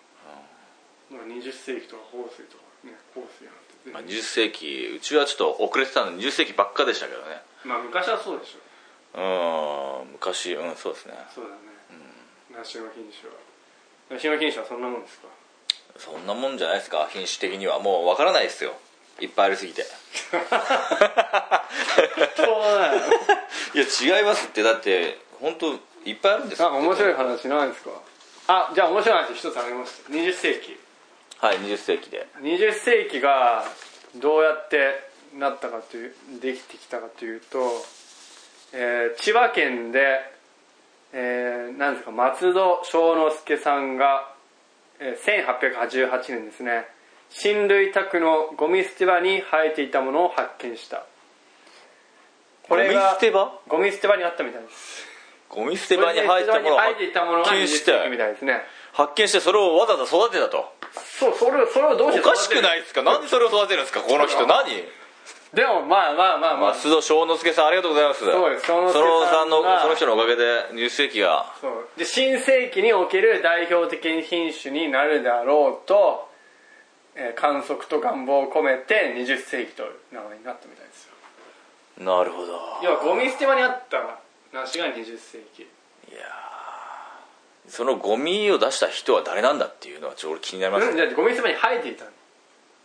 Speaker 2: なんか20世紀とか豊水とかね豊水なんて、
Speaker 3: まあ、20世紀うちはちょっと遅れてたんで20世紀ばっかでしたけどね
Speaker 2: まあ昔はそうでしょ
Speaker 3: うん昔うんそうですね
Speaker 2: そうだね、梨の品種は梨の品種はそんなもんですか
Speaker 3: そんなもんじゃないですか品種的にはもうわからないですよいっぱいありすぎて
Speaker 2: そうだよ
Speaker 3: いや違いますってだって本当いっぱいあるんです
Speaker 2: なんか面白
Speaker 3: い
Speaker 2: い話ないですかあじゃあ面白い話一つありました20世紀
Speaker 3: はい20世紀で
Speaker 2: 20世紀がどうやってなったかというできてきたかというと、えー千葉県で、えー、なんですか松戸正之助さんが、えー1888年ですね親類宅のゴミ捨て場に生えていたものを発見したこれ
Speaker 3: ゴミ
Speaker 2: が
Speaker 3: 捨て場
Speaker 2: ゴミ捨て場にあったみたいです
Speaker 3: ゴミ捨て場に入ったものを
Speaker 2: ゴミ捨て場に生えていたものが
Speaker 3: 発
Speaker 2: 20
Speaker 3: 見し
Speaker 2: 世
Speaker 3: て
Speaker 2: 紀みたいですね
Speaker 3: 発見してそれをわざわざ育てたと
Speaker 2: そうそれをそれをどうし
Speaker 3: お
Speaker 2: て
Speaker 3: かしくないですかなんでそれを育てるんですかこの人何
Speaker 2: でもまあまあまあまあ
Speaker 3: 須戸正之助さんありがとうございます
Speaker 2: そうです正之
Speaker 3: そ
Speaker 2: 助さんが
Speaker 3: のさんのその人のおかげで20世紀が
Speaker 2: そうで新世紀における代表的品種になるであろうと、えー観測と願望を込めて20世紀という名前になったみたいですよ
Speaker 3: なるほど
Speaker 2: 要はゴミ捨て場にあった梨が20世紀
Speaker 3: いやーそのゴミを出した人は誰なんだっていうのはちょっと俺気になります
Speaker 2: うん
Speaker 3: ね
Speaker 2: だってゴミ捨て場に生えていたの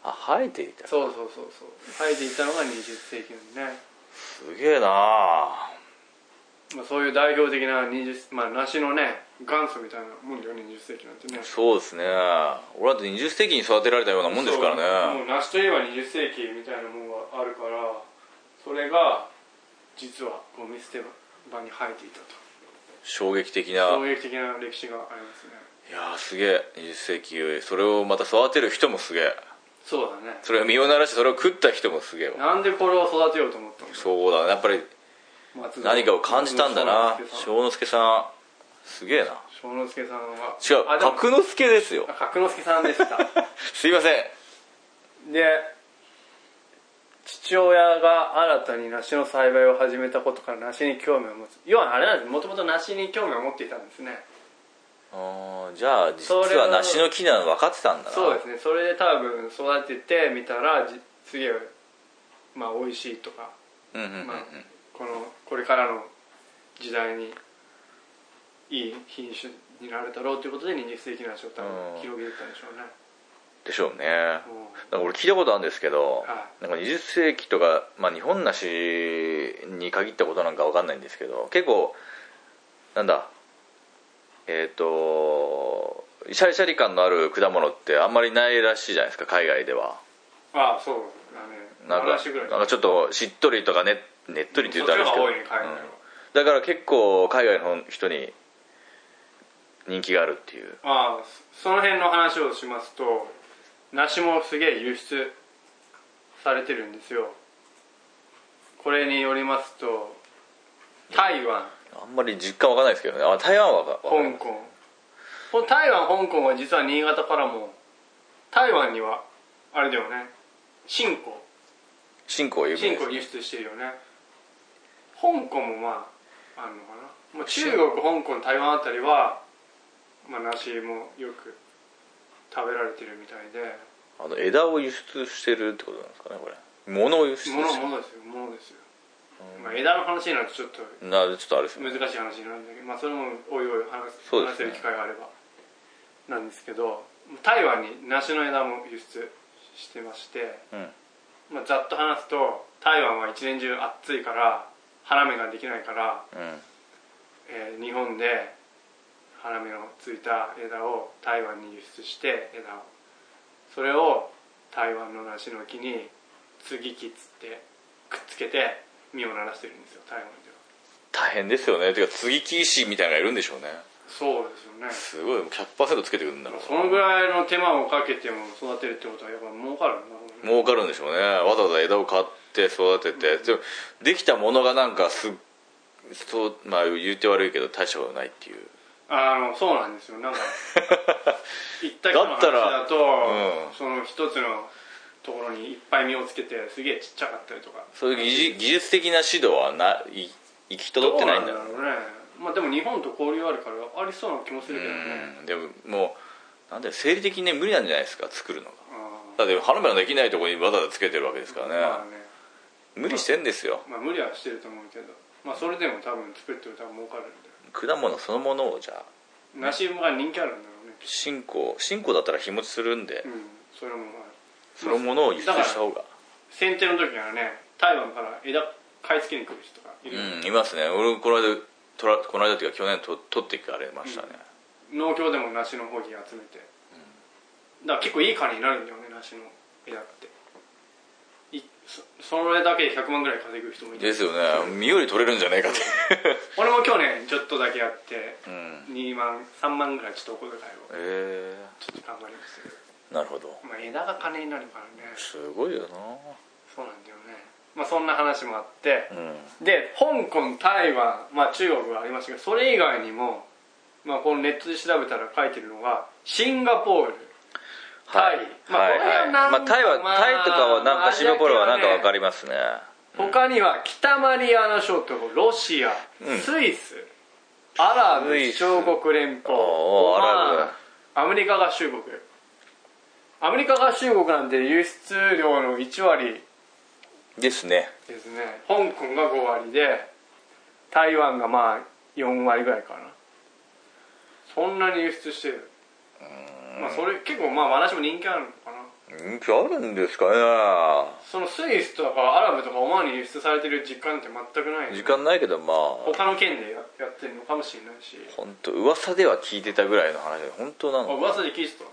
Speaker 3: あ生えていた
Speaker 2: そうそうそうそう生えていたのが20世紀なんでね、
Speaker 3: すげえなあ
Speaker 2: まあ、そういう代表的な20、まあ、梨のね元祖みたいなもんだよね20世紀なんてね
Speaker 3: そうですね俺だって20世紀に育てられたようなもんですから
Speaker 2: も
Speaker 3: ね
Speaker 2: う梨といえば20世紀みたいなものがあるからそれが実はゴミ捨て場に生えていたと
Speaker 3: 衝撃的ない
Speaker 2: 衝撃的な歴史がありますね
Speaker 3: やーすげえ20世紀それをまた育てる人もすげえ
Speaker 2: そうだね
Speaker 3: それを身を慣らしてそれを食った人もすげえわ
Speaker 2: なんでこれを育てようと思ったの
Speaker 3: そうだねやっぱり
Speaker 2: 松戸
Speaker 3: 何かを感じたんだな
Speaker 2: 松
Speaker 3: 正之助さんすげえな
Speaker 2: 之助さんは
Speaker 3: 違う
Speaker 2: あでも
Speaker 3: 角之助です
Speaker 2: <laughs>
Speaker 3: よ
Speaker 2: あ角之助さんでした <laughs>
Speaker 3: すいません
Speaker 2: で父親が新たに梨の栽培を始めたことから梨に興味を持つ要はあれなんですもともと梨に興味を持っていたんですね
Speaker 3: あーじゃあ実
Speaker 2: それ
Speaker 3: は
Speaker 2: を
Speaker 3: 梨の木なの分かってたんだな
Speaker 2: そうですねそれで多分育ててみたらじすげえまあ美味しいとか、
Speaker 3: うんうんうんうん、
Speaker 2: まあ、このこれからの時代にいい品種になるだろうということで20世紀の足を多
Speaker 3: うん
Speaker 2: 分広げてたんでしょうね、
Speaker 3: でしょうね
Speaker 2: うん
Speaker 3: なんか俺聞いたことあるんですけど、
Speaker 2: は
Speaker 3: なんか20世紀とか、まあ、日本梨に限ったことなんか分かんないんですけど結構なんだえっ、とシャリシャリ感のある果物ってあんまりないらしいじゃないですか海外では
Speaker 2: ああそうだね
Speaker 3: なんか
Speaker 2: 話ぐらい
Speaker 3: なんかちょっとしっとりとかねねっとりって言うとあれですけど、
Speaker 2: そっちの方が多いね海外は
Speaker 3: うんだから結構海外の人に人気があるっていう
Speaker 2: ああそその辺の話をしますと梨もすげえ輸出されてるんですよこれによりますと台湾
Speaker 3: あんまり実感わかんないですけどねあ台湾はわかわか
Speaker 2: 香港この台湾香港は実は新潟からも台湾にはあれだよね新庫
Speaker 3: 新興有名
Speaker 2: 新
Speaker 3: です
Speaker 2: 庫輸出してるよね香港もまああるのかな、まあ、中国香港台湾あたりは、まあ、梨もよく食べられてるみたいで
Speaker 3: あの枝を輸出してるってことなんですかねこれ物を輸出して
Speaker 2: も
Speaker 3: る
Speaker 2: のものですよものですよ、まあ、枝の話になるとちょっと
Speaker 3: なちょっとあれです
Speaker 2: 難
Speaker 3: ね
Speaker 2: しい話になるんだけど、まあ、それもおいおい話す
Speaker 3: そうで
Speaker 2: 話
Speaker 3: すね
Speaker 2: せる機会があればなんですけど台湾に梨の枝も輸出してまして、
Speaker 3: うん
Speaker 2: まあ、ざっと話すと台湾は一年中暑いから花芽ができないから、
Speaker 3: うん
Speaker 2: えー日本で花芽のついた枝を台湾に輸出して枝をそれを台湾の梨の木に接ぎ木っつってくっつけて実をならしてるんですよ台湾では
Speaker 3: 大変ですよねてか継ぎ木師みたいなのがいるんでしょうね
Speaker 2: そうです
Speaker 3: す
Speaker 2: よね
Speaker 3: ごい100%つけてくるんだろうな
Speaker 2: そのぐらいの手間をかけても育てるってことはやっぱ儲かるんだろうね
Speaker 3: 儲かるんでしょうねわざわざ枝を買って育てて、でもできたものがなんかすっそうまあ言って悪いけど大したことないっていう
Speaker 2: あのそうなんです
Speaker 3: <laughs>
Speaker 2: よなんか一体
Speaker 3: だったら
Speaker 2: だと、
Speaker 3: うん
Speaker 2: その一つのところにいっぱい実をつけてすげえちっちゃかったりとか
Speaker 3: そういう技術技術的な指導はない行き
Speaker 2: ど
Speaker 3: 届
Speaker 2: う
Speaker 3: ってない
Speaker 2: なんん
Speaker 3: だろ
Speaker 2: だ
Speaker 3: う
Speaker 2: ろうねまあでも日本と交流あるからありそうな気もするけどね
Speaker 3: うんでももうなんだよ生理的にね無理なんじゃないですか作るのが
Speaker 2: あ
Speaker 3: だって花芽のできないところにわざわざつけてるわけですか
Speaker 2: ー
Speaker 3: ら
Speaker 2: まあ
Speaker 3: ね
Speaker 2: ね
Speaker 3: 無理してんですよ
Speaker 2: まあ無理はしてると思うけどまあそれでも多分作ってると多分儲かるんだよ
Speaker 3: 果物そのものをじゃあ
Speaker 2: 梨が人気あるんだろうね
Speaker 3: 新興新興だったら日持ちするんで
Speaker 2: うんそれもまあ
Speaker 3: そのものを輸出した方が
Speaker 2: 剪定の時はね台湾から枝買い付けに来る人がいうる、
Speaker 3: んいますね俺この間とらこの間っていうか去年と取っていかれましたね、
Speaker 2: 農協でも梨のほうに集めて、だから結構いい金になるんだよね梨の枝っていそそれだけで100万ぐらい稼ぐ人もいる
Speaker 3: ですよね身より取れるんじゃないかって、
Speaker 2: 俺も去年ちょっとだけやって
Speaker 3: うん、
Speaker 2: 2万3万ぐらいちょっとお小遣いを
Speaker 3: ええ
Speaker 2: ちょっと頑張りましたけど、
Speaker 3: なるほど
Speaker 2: まあ、枝が金になるからね
Speaker 3: すごいよ
Speaker 2: そうなんだよねまあそんな話もあって、
Speaker 3: なうん
Speaker 2: で香港台湾、まあ、中国がありましたけどそれ以外にも、まあ、このネットで調べたら書いてるのがシンガポールタイ、ま
Speaker 3: は
Speaker 2: あ
Speaker 3: い
Speaker 2: これは
Speaker 3: はい、
Speaker 2: なん
Speaker 3: ま
Speaker 2: か
Speaker 3: あ、タイは
Speaker 2: まあ
Speaker 3: タイとかはなん
Speaker 2: まあ
Speaker 3: かシンガポールはなんかわか
Speaker 2: アジ
Speaker 3: りますね
Speaker 2: ア系はね他には北マリアナ諸島ロシア、
Speaker 3: うん
Speaker 2: スイスアラブ
Speaker 3: スイ
Speaker 2: 首
Speaker 3: ス
Speaker 2: 長国連邦
Speaker 3: おー
Speaker 2: オマーン
Speaker 3: アラ
Speaker 2: アメリカ合衆国アメリカ合衆国なんて輸出量の1割
Speaker 3: ですね
Speaker 2: ですね香港が5割で台湾がまあ4割ぐらいかなそんなに輸出してるまあそれ結構まあ私も人気あるのかな
Speaker 3: 人気あるんですか
Speaker 2: そのスイスとかアラブとかオマーンに輸出されてる実感って全くない
Speaker 3: ね
Speaker 2: よね
Speaker 3: 時間ないけどまあ
Speaker 2: 他の県でややってるのかもしれないし
Speaker 3: 本当噂では聞いてたぐらいの話で本当な
Speaker 2: あ
Speaker 3: の
Speaker 2: 噂で聞いてた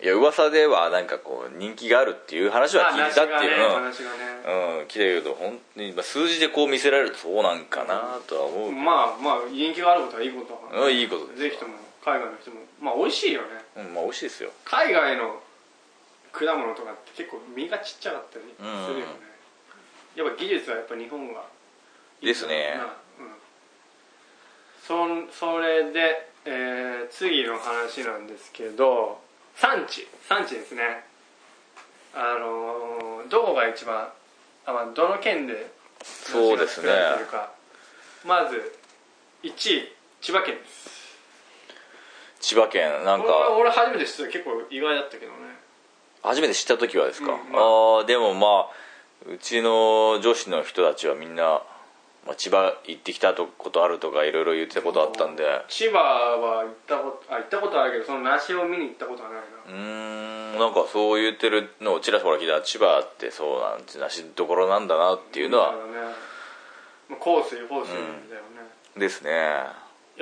Speaker 3: いや噂ではなんかこう人気があるっていう話は聞いてたっていう
Speaker 2: あ
Speaker 3: の
Speaker 2: 話がね話がね
Speaker 3: うん、聞いたけど本当にまあ数字でこう見せられるとそうなんかなとは思う、
Speaker 2: まあまあ人気があることはいいことだから、
Speaker 3: うんいいことです
Speaker 2: ぜひとも海外の人もまあ美味しいよね
Speaker 3: うん、まあ美味しいですよ
Speaker 2: 海外の果物とかって結構身がちっちゃかったりするよね、やっぱ技術はやっぱ日本は
Speaker 3: ですね
Speaker 2: うんそんそれで、えー次の話なんですけど産地産地ですねあのーどこが一番あ、まあ、どの県で
Speaker 3: そうですね
Speaker 2: 梨が作られてるかまず1位千葉県です
Speaker 3: 千葉県なん
Speaker 2: これは
Speaker 3: か
Speaker 2: 俺初めて知った結構意外だったけどね
Speaker 3: 初めて知った時はですか、
Speaker 2: うん
Speaker 3: ああでもまあうちの女子の人たちはみんな、まあ、千葉行ってきたとことあるとかいろいろ言ってたことあったんで
Speaker 2: 千葉は行ったことあ行ったことあるけどその梨を見に行ったことはないうな
Speaker 3: ーんなんかそう言ってるのをちらほら聞いたら千葉ってそうなんてなしどころなんだなっていうの
Speaker 2: だ
Speaker 3: は
Speaker 2: からねまあ香水香水だよね、
Speaker 3: ですね
Speaker 2: や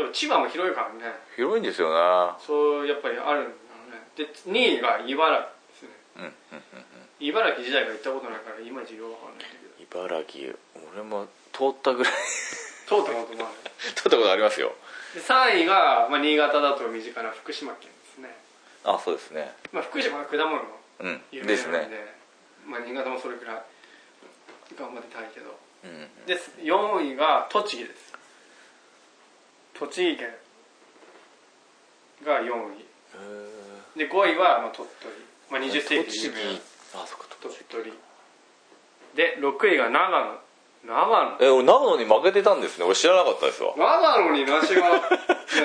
Speaker 2: っぱ千葉も広いからね
Speaker 3: 広いんですよな
Speaker 2: そうやっぱりあるんだろうねで2位が茨城ですね、
Speaker 3: うんうんうん
Speaker 2: 茨城自体が行ったことないからいまいちよくわかんないんだけど
Speaker 3: 茨城俺も通ったぐらい <laughs>
Speaker 2: 通ったこともある
Speaker 3: 通ったことありますよ
Speaker 2: で3位が、まあ、新潟だと身近な福島県ですね、
Speaker 3: あそうですね
Speaker 2: まあ、福島は果物の
Speaker 3: うん
Speaker 2: 有名
Speaker 3: で
Speaker 2: な
Speaker 3: す
Speaker 2: んで
Speaker 3: ね
Speaker 2: まあ、新潟もそれくらい頑張ってたいけど
Speaker 3: うん
Speaker 2: で4位が栃木です栃木県が4位
Speaker 3: へー
Speaker 2: で5位は、まあ、鳥取、まあ、20世紀
Speaker 3: 栃
Speaker 2: 有
Speaker 3: 木
Speaker 2: 名な
Speaker 3: あそっか
Speaker 2: 鳥取で6位が長野長野
Speaker 3: え俺長野に負けてたんですね俺知らなかったですわ
Speaker 2: 長野に梨
Speaker 3: <laughs>
Speaker 2: がいや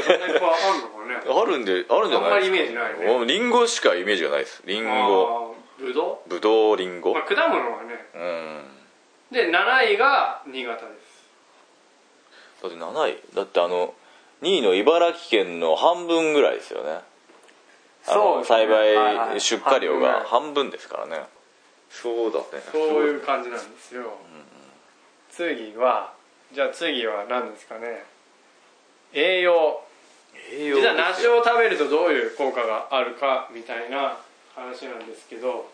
Speaker 2: そんなにこうあんのかね
Speaker 3: あるんであるんじゃないですか
Speaker 2: あんまりイメージないね
Speaker 3: もうリンゴしかイメージがないですリンゴ
Speaker 2: あーぶど
Speaker 3: ぶどうリン
Speaker 2: う、
Speaker 3: ゴ
Speaker 2: まあ、果物はね
Speaker 3: うん
Speaker 2: で7位が新潟です
Speaker 3: だって7位だってあの2位の茨城県の半分ぐらいですよねあの
Speaker 2: そう
Speaker 3: 栽
Speaker 2: はいは
Speaker 3: 培
Speaker 2: い
Speaker 3: 出荷量が
Speaker 2: 半分ぐらい
Speaker 3: 半分ですからねそうだね
Speaker 2: そういう感じなんですよ、次はじゃあ次は何ですかね栄養
Speaker 3: 栄養
Speaker 2: 実は梨を食べるとどういう効果があるかみたいな話なんですけど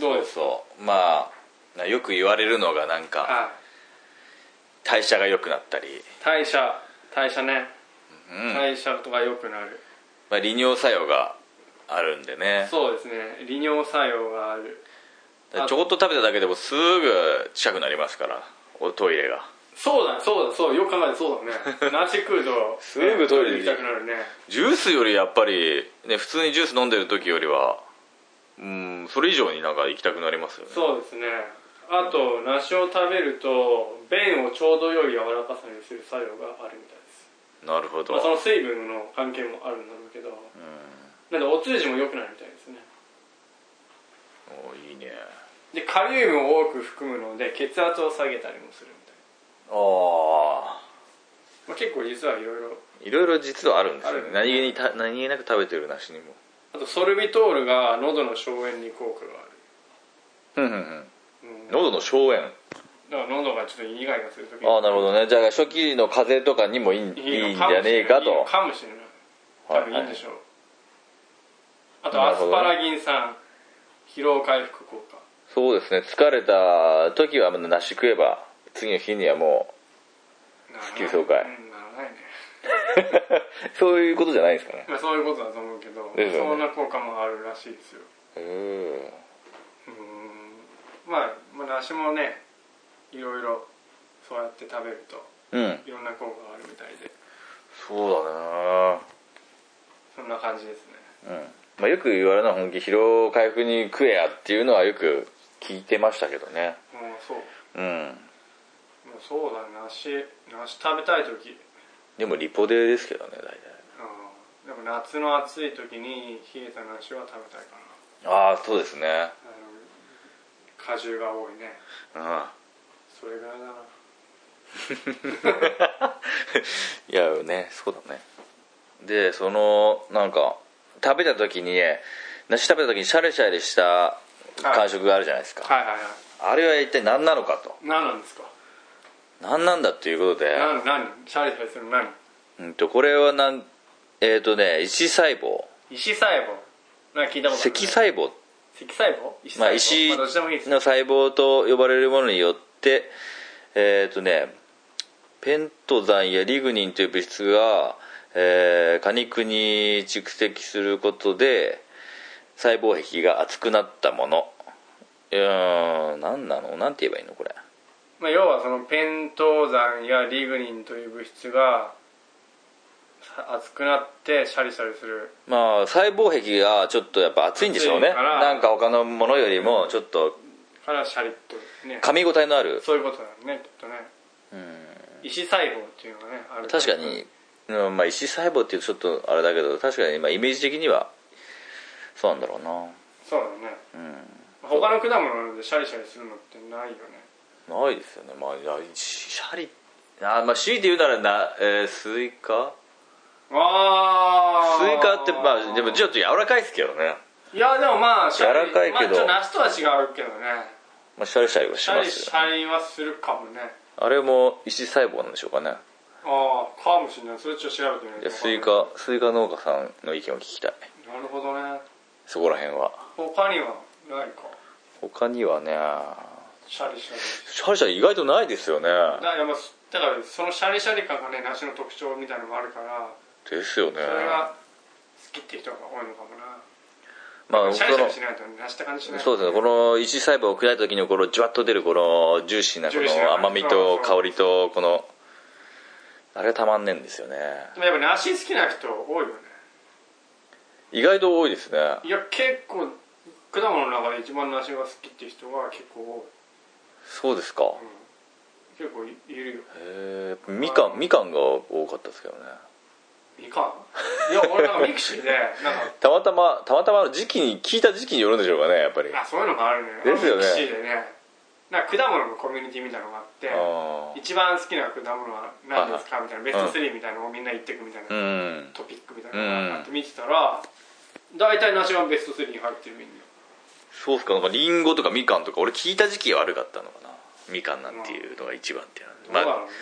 Speaker 2: ど
Speaker 3: そ
Speaker 2: うで
Speaker 3: う
Speaker 2: す
Speaker 3: そうまあよく言われるのがなんか
Speaker 2: か
Speaker 3: 代謝が良くなったり、
Speaker 2: 代謝代謝ね
Speaker 3: うん
Speaker 2: 代謝とか良くなる、
Speaker 3: まあ、利尿作用があるんでね
Speaker 2: そうですね利尿作用がある
Speaker 3: だからちょこっと食べただけでもすぐ近くなりますからおトイレが
Speaker 2: そうだそうだそうよく考えてそう
Speaker 3: <laughs>
Speaker 2: だね梨食うと
Speaker 3: すぐトイレに
Speaker 2: 行きたくなるね
Speaker 3: ジュースよりやっぱり、ね、普通にジュース飲んでる時よりはうんそれ以上になんか行きたくなりますよね
Speaker 2: そうですねあと梨を食べると便をちょうど良い柔らかさにする作用があるみたいです、
Speaker 3: なるほど、
Speaker 2: まあ、その水分の関係もあるんだろうけどなんでお通じも良くなるみたいですね
Speaker 3: おいいね
Speaker 2: でカリウムを多く含むので血圧を下げたりもするみたい
Speaker 3: ああ
Speaker 2: な、まあ、結構実はいろいろ
Speaker 3: いろいろ実はあるんですよ
Speaker 2: あ
Speaker 3: ね
Speaker 2: る
Speaker 3: 何気にた何気なく食べてる梨にも
Speaker 2: あとソルビトールが喉の消炎に効果があ
Speaker 3: うん
Speaker 2: る
Speaker 3: うんうん
Speaker 2: うん
Speaker 3: 喉の消炎
Speaker 2: だから喉がちょっとイガイガするとき
Speaker 3: ああなるほどねじゃあ初期の風邪とかにもいいいいんじゃねえかと
Speaker 2: いいのかもしれない多分いいんでしょう、
Speaker 3: な
Speaker 2: あ
Speaker 3: る
Speaker 2: と
Speaker 3: ほ
Speaker 2: アス
Speaker 3: ど
Speaker 2: パラギン酸疲労回復効果
Speaker 3: そうですね疲れた時は梨食えば次の日にはも普
Speaker 2: 普
Speaker 3: 及爽快
Speaker 2: うん、ならないね、
Speaker 3: う <laughs> そういうことじゃないですかね
Speaker 2: まあ、そういうことだと思うけど、
Speaker 3: ですよね
Speaker 2: そんな効果もあるらしいですよ
Speaker 3: うん
Speaker 2: うーんまあ、まあ、梨もねいろいろそうやって食べると
Speaker 3: うん
Speaker 2: いろんな効果があるみたいで
Speaker 3: そうだね
Speaker 2: そんな感じですね
Speaker 3: うんまあ、よく言われるのは本気疲労回復に食えやっていうのはよく聞いてましたけどね
Speaker 2: うんそう
Speaker 3: うん
Speaker 2: まあそうだね梨梨食べたい時
Speaker 3: でもリポデーですけどね大体
Speaker 2: うんでも夏の暑い時に冷えた梨は食べたいかな
Speaker 3: ああそうですね
Speaker 2: あの果汁が多いね
Speaker 3: うん <laughs>
Speaker 2: それぐらいだな
Speaker 3: や
Speaker 2: い
Speaker 3: ねそうだねでそのなんか食べた時に梨食べた時にシャレシャレした感触があるじゃないですか、
Speaker 2: はいはいは
Speaker 3: あれは一体何なのかと
Speaker 2: い何なんですか
Speaker 3: 何なんだっていうことで、
Speaker 2: 何何シャリシャリするの何
Speaker 3: うん、とこれはなんえっ、とね石細胞
Speaker 2: 石細胞なんか聞いたことある
Speaker 3: 石細胞
Speaker 2: 石細胞石細胞
Speaker 3: まあ、石
Speaker 2: まあどっちでもいいです
Speaker 3: の細胞と呼ばれるものによってえっ、とねペントザンやリグニンという物質が、えー果肉に蓄積することで細胞壁が厚くなったものうーん何なの何て言えばいいのこれ
Speaker 2: まあ、要はそのペントウザンやリグニンという物質がさ熱くなってシャリシャリする
Speaker 3: まあ細胞壁がちょっとやっぱ厚いんでしょう
Speaker 2: 厚
Speaker 3: ね
Speaker 2: いから
Speaker 3: なんか他のものよりもちょっと
Speaker 2: からシャリッとね
Speaker 3: 噛み応えのある
Speaker 2: そういうことだよねきっとね石細胞っていうのがねある
Speaker 3: 確かに、うんまあ、石細胞っていうとちょっとあれだけど確かに、まあ、イメージ的にはそうなんだろうな
Speaker 2: そうだね、他の果物でシャリシャリするのってないよね
Speaker 3: ないですよねまあいやシシャリあまあ強いて言うならな、えースイカ
Speaker 2: あ
Speaker 3: ス
Speaker 2: あ
Speaker 3: イカってまあでもちょっと柔らかいですけどね、
Speaker 2: いやでもまあシャリ
Speaker 3: 柔らかいけど
Speaker 2: まあ、ちょっと梨とは違うけどね
Speaker 3: まあ、シャリシャリはし
Speaker 2: シャ
Speaker 3: ま
Speaker 2: リ
Speaker 3: す
Speaker 2: シ
Speaker 3: よ
Speaker 2: ャリはするかもね
Speaker 3: あれも石細胞なんでしょうかね
Speaker 2: ああかもしれないそれちょっと調べてみる
Speaker 3: いやスイカスイカ農家さんの意見を聞きたい
Speaker 2: なるほどね
Speaker 3: そこら辺は
Speaker 2: 他にはないか
Speaker 3: 他にはね
Speaker 2: シャリシャリ
Speaker 3: シャリシャリ意外とないですよね
Speaker 2: だからまあだからそのシャリシャリ感がね梨の特徴みたいなのもあるから
Speaker 3: ですよね
Speaker 2: それが好きって人が多いのかもな、
Speaker 3: まあ
Speaker 2: シャリシャリしないと梨って感じしない
Speaker 3: そうですねこの石細胞を砕いた時にこのジュワッと出るこのジューシーなこ
Speaker 2: ジューシーな
Speaker 3: の甘みと香りとこのあれがたまんねんですよね
Speaker 2: でもやっぱ梨好きな人多いよね
Speaker 3: 意外と多いですね
Speaker 2: いや結構果物の中で一番梨が好きっていう人が結構
Speaker 3: そうですか
Speaker 2: 多い、うん、結構いいるよ
Speaker 3: へえみかんみかんが多かったですけどね
Speaker 2: みかんいや俺なんかミクシーでなんか
Speaker 3: たまたまたまたまの時期に聞いた時期によるんでしょうかねやっぱりあ
Speaker 2: あそういうのがあるのよ
Speaker 3: ですよね
Speaker 2: ミクシーでねなんか果物のコミュニティみたいなのがあって
Speaker 3: あ
Speaker 2: 一番好きな果物は何ですかみたいなベスト3みたいなのをみんな言ってくみたいな、
Speaker 3: うん
Speaker 2: トピックみたいなのがあって見てたら大体梨はベスト3に入ってるみんな
Speaker 3: そうっすかなんかリンゴとかみかんとか俺聞いた時期悪かったのかなみかんなんていうのが一番っていう
Speaker 2: どう
Speaker 3: のは
Speaker 2: だ
Speaker 3: まあ
Speaker 2: ろうね、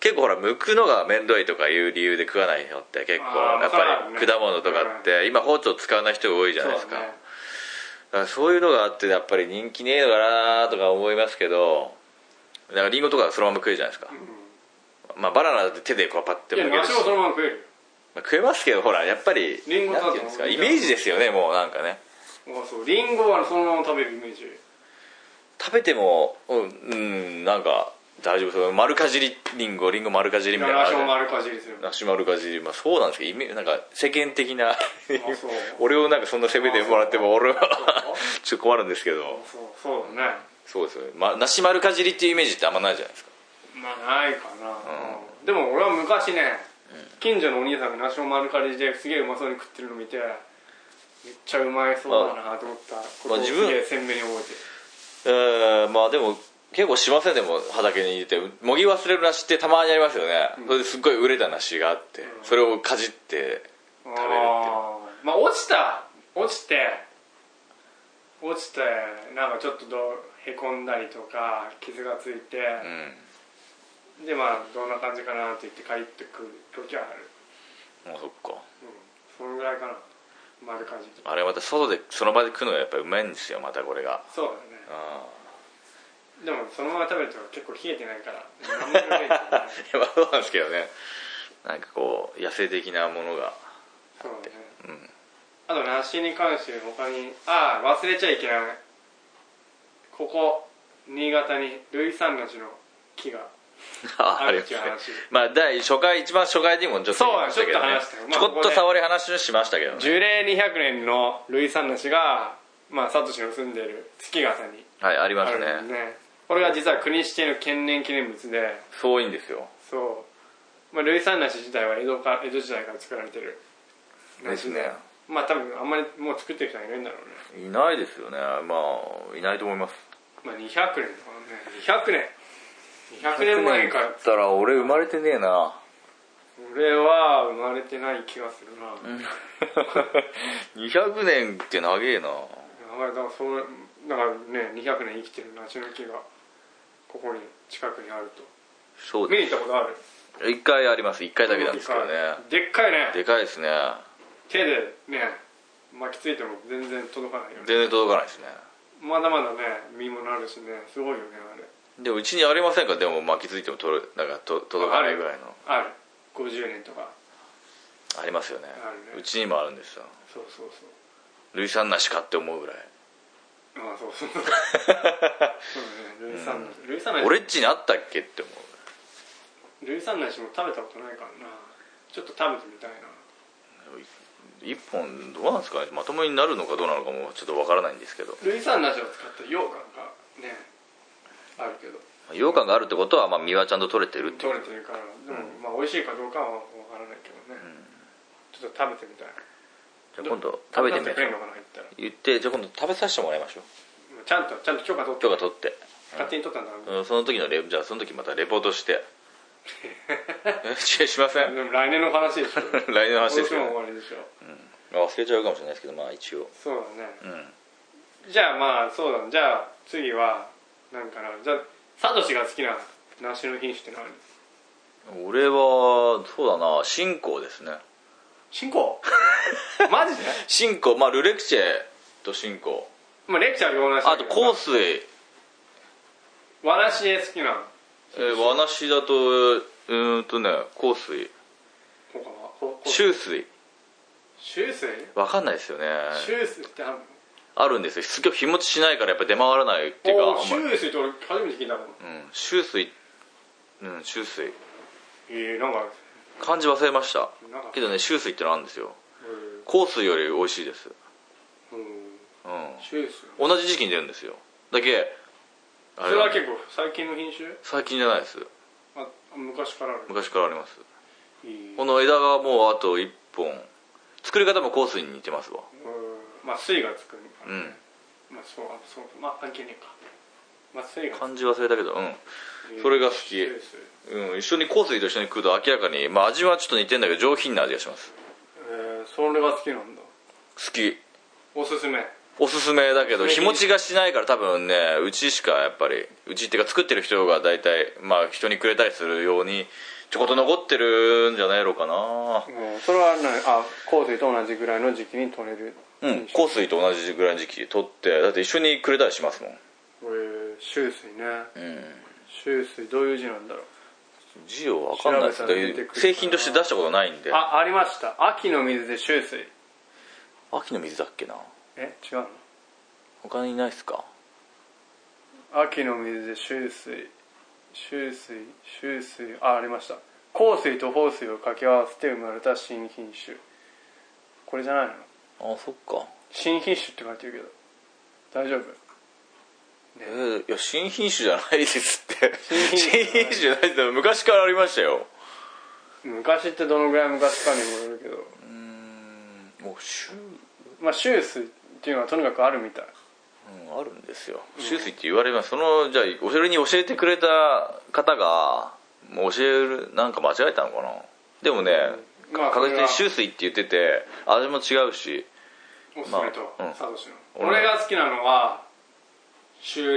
Speaker 3: 結構ほら剥くのが面倒いとかいう理由で食わないのって結
Speaker 2: あ
Speaker 3: 構
Speaker 2: ー
Speaker 3: やっぱ
Speaker 2: そうだ
Speaker 3: り
Speaker 2: ね
Speaker 3: 果物とかって今包丁使わない人が多いじゃないですか
Speaker 2: そう
Speaker 3: だ
Speaker 2: だね
Speaker 3: からそういうのがあってやっぱり人気ねえのかなとか思いますけどだからリンゴとかそのまま食えるじゃないですか、まあバナナで手でこうパッて
Speaker 2: いや
Speaker 3: 剥けるし
Speaker 2: 梨はそのまま食えるよ
Speaker 3: まあ食えますけどほらやっぱり
Speaker 2: リンゴ
Speaker 3: なん
Speaker 2: だと
Speaker 3: ていうんですかイメージですよねもうなんかね
Speaker 2: あそうリンゴはそのまま食べるイメージ
Speaker 3: 食べてもうん、うん、なんか大丈夫そう丸かじりリンゴリンゴ丸かじりみたいなのあ
Speaker 2: 梨
Speaker 3: るじゃ
Speaker 2: も
Speaker 3: ない
Speaker 2: 丸かじりする
Speaker 3: 梨丸かじり、まあ、そうなんですけどイメなんか世間的な <laughs>
Speaker 2: そう
Speaker 3: 俺をなんかそんな責めてもらっても俺は <laughs> ちょっと困るんですけど
Speaker 2: そうそうだね
Speaker 3: そうですよね、ま、梨丸かじりっていうイメージってあんまないじゃないですか
Speaker 2: まあないかな、でも俺は昔ね、近所のお兄さんが梨を丸かじりですげえうまそうに食ってるの見てめっちゃうまいそうだなと思ったこと
Speaker 3: まあ
Speaker 2: を
Speaker 3: 自
Speaker 2: す
Speaker 3: 分
Speaker 2: げえ鮮明に覚えてる
Speaker 3: えー、まあでも結構しませんでも畑に入れてもぎ忘れる梨ってたまにありますよね、それですっごい熟れた梨があって、それをかじって
Speaker 2: あ
Speaker 3: 食べるっていう
Speaker 2: ーまあ落ちた落ちて落ちてなんかちょっとどうへこんだりとか傷がついて、
Speaker 3: うん
Speaker 2: でまあどんな感じかなって言って帰ってくる時はある、
Speaker 3: もうそっか
Speaker 2: うん、そのぐらいかな丸かじり
Speaker 3: あれまた外でその場で食うのがやっぱりうまいんですよまたこれが
Speaker 2: そうだね
Speaker 3: <laughs> あ
Speaker 2: でもそのまま食べると結構冷えてない <laughs> から何も食べないからね
Speaker 3: あそうなんですけどねなんかこう野生的なものが <laughs>
Speaker 2: そうだね
Speaker 3: うん
Speaker 2: あと梨に関して他にああ忘れちゃいけないここ新潟にルイ三梨の木が
Speaker 3: あ
Speaker 2: あ
Speaker 3: ありま
Speaker 2: るって
Speaker 3: す
Speaker 2: い
Speaker 3: ね
Speaker 2: う話
Speaker 3: まあ第初回一番初回にもちょっと言いましたけど、ね、
Speaker 2: そうちょっと話したよ
Speaker 3: ち
Speaker 2: まあ
Speaker 3: ょこっと触り話をしましたけどね
Speaker 2: 樹齢200年のルイ三梨がまあサトシの住んでる月形に
Speaker 3: はいありま
Speaker 2: あ
Speaker 3: す
Speaker 2: るんだよ
Speaker 3: ね
Speaker 2: ねこれが実は国指定の天然記念物で
Speaker 3: そういいんですよ
Speaker 2: そう、まあ、ルイ三梨自体は江戸か江戸時代から作られてる
Speaker 3: ですね
Speaker 2: まあ多分あんまりもう作ってる人はいないんだろうね
Speaker 3: いないですよねまあいないと思います
Speaker 2: まあ200年だからね200年200年前から
Speaker 3: だったら俺生まれてねえ <laughs> な
Speaker 2: 俺は生まれてない気がするな、や
Speaker 3: 200年って長えな
Speaker 2: ばいだからそうだからね200年生きてる梨の木がここに近くにあると
Speaker 3: そう
Speaker 2: 見
Speaker 3: で
Speaker 2: に行ったことある
Speaker 3: す一回あります一回だけなんですけどね
Speaker 2: でっかいね
Speaker 3: でかいですね
Speaker 2: 手でね巻きついても全然届かないよね
Speaker 3: 全然届かないですね
Speaker 2: まだまだね実もなるしねすごいよねあれ
Speaker 3: でもうちにありませんかでも巻きついても取るなんかと届かないぐらいの
Speaker 2: ある50年とか
Speaker 3: ありますよね
Speaker 2: あるね
Speaker 3: うちにもあるんですよ
Speaker 2: そうそうそう
Speaker 3: 類産なしかって思うぐらい
Speaker 2: ああそうそうそうだねルイサンナシルイサンナシ
Speaker 3: 俺っちにあったっけって思う
Speaker 2: ルイサンナシも食べたことないからなちょっと食べてみたいな
Speaker 3: 一本どうなんですかねまともになるのかどうなのかもちょっとわからないんですけど
Speaker 2: ルイサンナシを使った羊羹がねあるけど
Speaker 3: 羊羹があるってことはまあ身はちゃんと取れてるっていう
Speaker 2: 取れてるからでも、まあ美味しいかどうかはわからないけどね、ちょっと食べてみたい
Speaker 3: じゃあ今度食べてみま
Speaker 2: 食
Speaker 3: しょ
Speaker 2: べ
Speaker 3: う
Speaker 2: のかな言ったら
Speaker 3: 言ってじゃあ今度食べさせてもらいましょう
Speaker 2: ちゃんとちゃんと許可取って
Speaker 3: 許可取って
Speaker 2: 勝手に取ったんだろ
Speaker 3: うん
Speaker 2: うね
Speaker 3: その時のレじゃあその時またレポートして <laughs> えしません
Speaker 2: でも来年の話でしょ
Speaker 3: 来年の話ですけ
Speaker 2: 今
Speaker 3: どね
Speaker 2: 年も終わりでしょ
Speaker 3: まあ忘れちゃうかもしれないですけどまあ一応
Speaker 2: そうだね
Speaker 3: うん
Speaker 2: じゃあまあそうだねじゃあ次はなんかなじゃあサトシが好きな梨の品種って何
Speaker 3: 俺はそうだな新興ですね
Speaker 2: 新興マジで
Speaker 3: 新興まあルレクチェと新興
Speaker 2: まあレクチャー用なし
Speaker 3: あと香
Speaker 2: ス
Speaker 3: 水、え
Speaker 2: 和梨で好きなの
Speaker 3: ー、和梨だとうーんとね香水
Speaker 2: 他はここ
Speaker 3: 秋水
Speaker 2: 秋水
Speaker 3: わかんないですよね
Speaker 2: 秋水ってあるの
Speaker 3: あるんですよすげえ日持ちしないからやっぱ出回らないっていうか
Speaker 2: お
Speaker 3: あんまり
Speaker 2: ー秋水って俺初めて聞いたもん
Speaker 3: うん秋水うん秋水
Speaker 2: えー、なんか
Speaker 3: 漢字忘れました
Speaker 2: なんか
Speaker 3: けどね秋水ってのあるんですよ香香水より美味しいです、
Speaker 2: うん
Speaker 3: うん、
Speaker 2: 種類ですよ
Speaker 3: 同じ時期に出るんですよだけあ
Speaker 2: そ
Speaker 3: れ
Speaker 2: れ
Speaker 3: は
Speaker 2: は結構最近の品種
Speaker 3: 最近じゃないです
Speaker 2: あ昔からある
Speaker 3: 昔からあります
Speaker 2: いい
Speaker 3: この枝がもうあと1本作り方も香水に似てますわ
Speaker 2: うんまあ水がつくから
Speaker 3: うん
Speaker 2: まあそうあそうまあ関係ねえかまあ水がつく
Speaker 3: 漢字忘れたけどうんそれが好き
Speaker 2: 種類です
Speaker 3: うん、一緒に香水と一緒に食うと明らかに、まあ、味はちょっと似てんだけど上品な味がします
Speaker 2: えーそれが好きなんだ
Speaker 3: 好き
Speaker 2: おすすめ
Speaker 3: おすすめだけど
Speaker 2: おす
Speaker 3: 日
Speaker 2: すめ
Speaker 3: 持ちがしないから多分ねうちしかやっぱりうちっていうか作ってる人が大体まあ人にくれたりするようにちょこっと残ってるんじゃないのかな
Speaker 2: それはないあ香水と同じぐらいの時期に取れる
Speaker 3: うん香水と同じぐらいの時期取ってだって一緒にくれたりしますもん
Speaker 2: えー、秋水ね
Speaker 3: うん
Speaker 2: 秋水どういう字なんだろう
Speaker 3: 字を分かんないです
Speaker 2: 調べたら出てくるかな
Speaker 3: 製品として出したことないんで
Speaker 2: あありました秋の水で秋水
Speaker 3: 秋の水だっけな
Speaker 2: え違うの
Speaker 3: 他にないっすか
Speaker 2: 秋の水で秋水秋水秋水あありました香水と豊水を掛け合わせて生まれた新品種これじゃないの
Speaker 3: あそっか
Speaker 2: 新品種って書いてるけど大丈夫
Speaker 3: えーいや新品種じゃないですって
Speaker 2: 新
Speaker 3: 新品
Speaker 2: 品種じゃない
Speaker 3: 種じゃないですよ昔からありましたよ
Speaker 2: 昔ってどのぐらい昔かにもよるけど
Speaker 3: うんもう週、
Speaker 2: まあ秋水っていうのはとにかくあるみたい
Speaker 3: うん、あるんですよ周水って言われますそのじゃあそれに教えてくれた方がもう教えるなんか間違えたのかなでもね、
Speaker 2: うんまあ
Speaker 3: 確実に
Speaker 2: それ
Speaker 3: 周水って言ってて味も違うし
Speaker 2: おすすめと、
Speaker 3: まあうん
Speaker 2: サトシの
Speaker 3: 俺
Speaker 2: 俺が好きなのは秋麗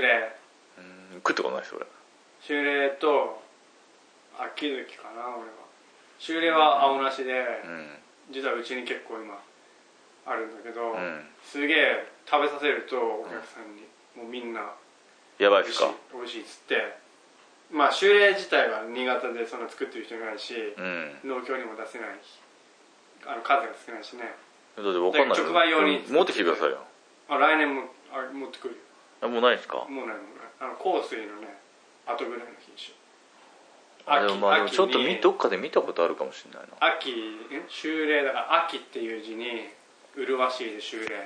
Speaker 3: うん食ったことないです俺
Speaker 2: 秋麗と秋月かな俺は秋麗は青梨で、
Speaker 3: う
Speaker 2: 実はうちに結構今あるんだけ
Speaker 3: ん、う
Speaker 2: ど、
Speaker 3: ん、
Speaker 2: すげえ食べさせるとお客さんに、もうみんな
Speaker 3: やばいで
Speaker 2: 美味
Speaker 3: す
Speaker 2: しい
Speaker 3: か
Speaker 2: 美味しいっつってまあ秋麗自体は新潟でそんな作ってる人いないし、
Speaker 3: うん
Speaker 2: 農協にも出せないあの数が少ないしね
Speaker 3: だって分かんない
Speaker 2: 直売用に
Speaker 3: うん持ってきてくださいよ
Speaker 2: あ来年もあ持ってくるよ
Speaker 3: あもうないですか
Speaker 2: もうないもうないあの香水のね後ぐらいの品種
Speaker 3: あでもまあでも
Speaker 2: 秋
Speaker 3: ちょっと
Speaker 2: 秋
Speaker 3: み
Speaker 2: に
Speaker 3: どっかで見たことあるかもしれないな
Speaker 2: 秋ん秋麗だから秋っていう字に麗しいで秋麗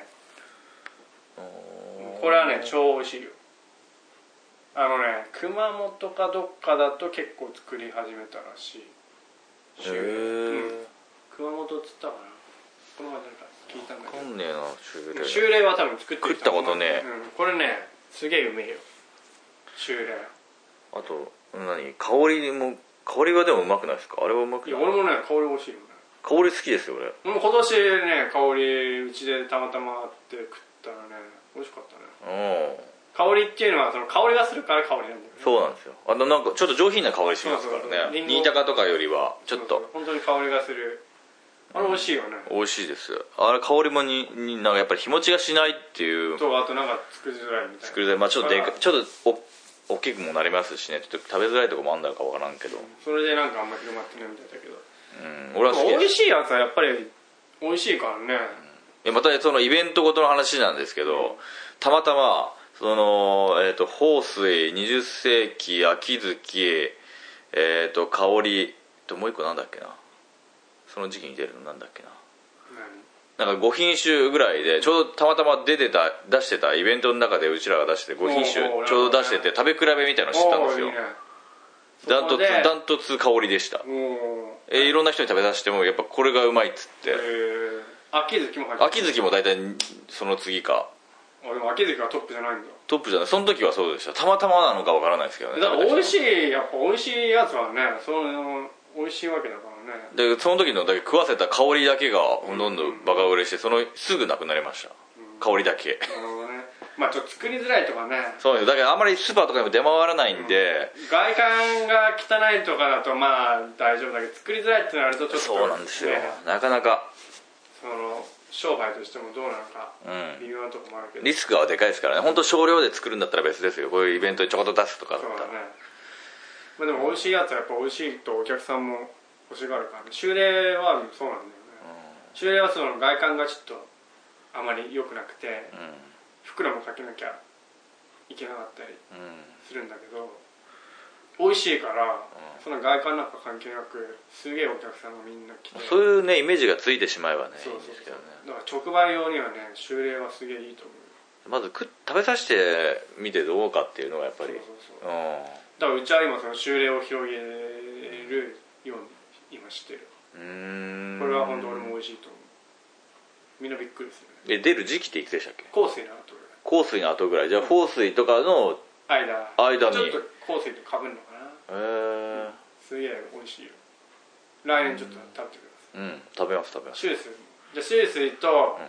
Speaker 2: これはね超美味しいよあのね熊本かどっかだと結構作り始めたらしい
Speaker 3: へ
Speaker 2: 秋麗うん
Speaker 3: え
Speaker 2: 熊本っつったかなこの前誰か聞いたんだ
Speaker 3: 分
Speaker 2: け
Speaker 3: か
Speaker 2: ど
Speaker 3: んねえな修
Speaker 2: シューレイは多分作ってる
Speaker 3: 食ったことねえ
Speaker 2: うん、これねすげえうめえよシューレ
Speaker 3: あと何香りも香りはでもうまくないですかあれはうまく
Speaker 2: イいや
Speaker 3: ない
Speaker 2: 俺もね香り美味しいよね
Speaker 3: 香り好きですよ俺
Speaker 2: 俺も今年ね香りうちでたまたまあって食ったらね美味しかったね
Speaker 3: うん
Speaker 2: 香りっていうのはその香りがするから香りなんだよね
Speaker 3: そうなんですよあのなんかちょっと上品な香りしますか
Speaker 2: そうそう
Speaker 3: ら
Speaker 2: そう
Speaker 3: ね
Speaker 2: リンゴ
Speaker 3: 新高とかよりはちょっ
Speaker 2: そうそ
Speaker 3: と
Speaker 2: う本当に香りがするあれ美味しいよね、
Speaker 3: 美味しいですあれ香りもにになんかやっぱり日持ちがしないっていう
Speaker 2: とあとなんか作りづらいみたいな
Speaker 3: 作りでまあちょっとでか
Speaker 2: あ
Speaker 3: ちょっとお大きくもなりますしねちょっと食べづらいとこもあんだかわからんけど
Speaker 2: それでなんかあんま広まってないみたいだけど
Speaker 3: うん俺は好き
Speaker 2: でも美
Speaker 3: です
Speaker 2: 味しいやつはやっぱり美味しいからね、
Speaker 3: いやまたそのイベントごとの話なんですけどたまたまそのえっ、と豊水20世紀秋月えっ、と香りともう一個なんだっけなその時期に出るのなんだっけななんか5品種ぐらいでちょうどたまたま出てた出してたイベントの中でうちらが出して5品
Speaker 2: おうおう
Speaker 3: 種ちょうど出してて食べ比べみたいなの知ったんですよ
Speaker 2: おーいいね
Speaker 3: ダントツ
Speaker 2: そこで
Speaker 3: ダントツ香りでした
Speaker 2: も
Speaker 3: えーいろんな人に食べさせてもやっぱこれがうまいっつっ
Speaker 2: う、え
Speaker 3: て
Speaker 2: ー、秋月も入ってる
Speaker 3: 秋月も大体その次か
Speaker 2: あでも秋月はトップじゃないんだ
Speaker 3: トップじゃないその時はそうでしたたまたまなのかわからないですけどね
Speaker 2: だから美味
Speaker 3: い
Speaker 2: しいやっぱ美味しいやつはねその美味しいわけだからね
Speaker 3: でその時のだけ食わせた香りだけがどんどんバカ売れしてそのすぐなくなりました香りだけ
Speaker 2: なるほどねまあちょっと作りづらいとかね
Speaker 3: そうですだからあんまりスーパーとかにも出回らないんで、
Speaker 2: 外観が汚いとかだとまあ大丈夫だけど作りづらいってなるとちょっと、
Speaker 3: そうなんですよ、
Speaker 2: ね
Speaker 3: なかなか
Speaker 2: その商売としてもどうなのか
Speaker 3: うん
Speaker 2: 微妙なとこもあるけど、
Speaker 3: リスクはでかいですからね本当少量で作るんだったら別ですよこういうイベントにちょこっと出すとかだっ
Speaker 2: そう
Speaker 3: たら
Speaker 2: だね、まあ、でも美味しいやつはやっぱ美味しいとお客さんも欲しがるからね修例はそうなんだよね修例はその外観がちょっとあまり良くなくて
Speaker 3: うん、
Speaker 2: 袋もかけなきゃいけなかったり
Speaker 3: うん
Speaker 2: するんだけど美味しいから、そんな外観なんか関係なくすげえお客さんがみんな来て
Speaker 3: そういうねイメージがついてしまえばねいい
Speaker 2: そうんそう
Speaker 3: ですけ
Speaker 2: そ
Speaker 3: どね
Speaker 2: うだから直売用にはね修例はすげえいいと思う
Speaker 3: まず食食べさせてみてどうかっていうのがやっぱり
Speaker 2: そううんそうそうだからうちは今その修例を広げるように今してる
Speaker 3: うーん
Speaker 2: これは本当俺も美味しいと思うみんなびっくりする
Speaker 3: え
Speaker 2: ね
Speaker 3: 出る時期っていくつでしたっけ
Speaker 2: 香水の後
Speaker 3: 香
Speaker 2: ぐ
Speaker 3: 水の後ぐらいじゃあ香水とかの
Speaker 2: らい
Speaker 3: 間
Speaker 2: 間
Speaker 3: に
Speaker 2: ちょっと香水とかぶるのかな
Speaker 3: えー
Speaker 2: すげえ美味しいよ来年ちょっと食べてくださ
Speaker 3: うん食べます食べま
Speaker 2: い
Speaker 3: す
Speaker 2: シュースじゃあシュースと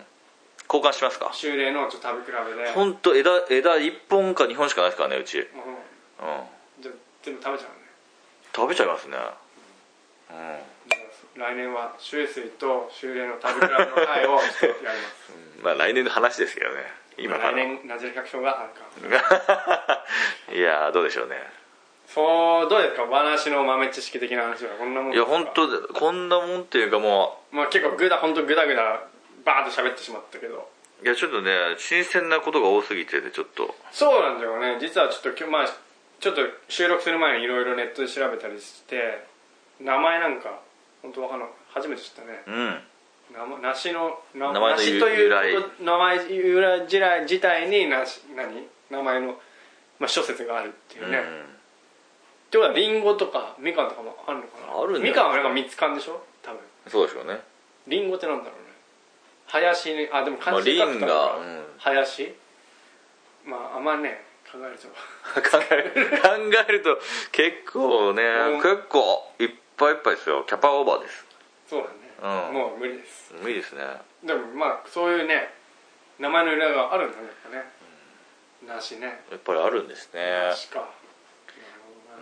Speaker 3: 交換しますか
Speaker 2: 修例のちょっと食べ比べで、
Speaker 3: 本当枝枝1本か2本しかないですからねうち、うん、
Speaker 2: うんじゃあ全部食べちゃうね
Speaker 3: 食べちゃいますねうん
Speaker 2: だから来年は周水と修例の食べ比べの会をちょっとやります
Speaker 3: まあ来年の話ですけどね今から
Speaker 2: 来年ナジェル百姓があるか
Speaker 3: <laughs> いやーどうでしょうね
Speaker 2: そうどうですかお話の豆知識的な話はこんなもん
Speaker 3: い
Speaker 2: で
Speaker 3: や
Speaker 2: すか
Speaker 3: 本当だこんなもんっていうかも
Speaker 2: まあ結構グダ本当グダグダバーッと喋ってしまったけど
Speaker 3: ういやちょっとね新鮮なことが多すぎててちょっと
Speaker 2: そうなんだよね実はちょっと今日まあちょっと収録する前にいろいろネットで調べたりして名前なんか本当わかんない初めて知ったね
Speaker 3: うん
Speaker 2: 名前梨の名
Speaker 3: 名前の
Speaker 2: 梨
Speaker 3: 由
Speaker 2: という
Speaker 3: 由来
Speaker 2: こと名前由来自体自体に梨何名前の、まあ、諸説があるっていうね、ってことはリンゴとかみかんとかもあるのかな
Speaker 3: あるんじゃない
Speaker 2: みかんはなんか蜜かんでしょ多分
Speaker 3: うん、そうでしょうね
Speaker 2: リンゴってなんだろうね林にあでも
Speaker 3: まあ
Speaker 2: 漢字
Speaker 3: リ
Speaker 2: 書く
Speaker 3: ン
Speaker 2: と
Speaker 3: が、
Speaker 2: か
Speaker 3: うん、
Speaker 2: 林まああんまね考える
Speaker 3: <laughs>
Speaker 2: と <laughs>
Speaker 3: 考える考えると結構ね、
Speaker 2: うん
Speaker 3: 結構いっぱいいっぱいですよキャパオーバーです
Speaker 2: そうだね、
Speaker 3: うん
Speaker 2: もう無理です
Speaker 3: いいですね
Speaker 2: でもまあそういうね名前の由来があるんだねやっぱね、梨ね
Speaker 3: やっぱりあるんですね
Speaker 2: 梨か、なるほど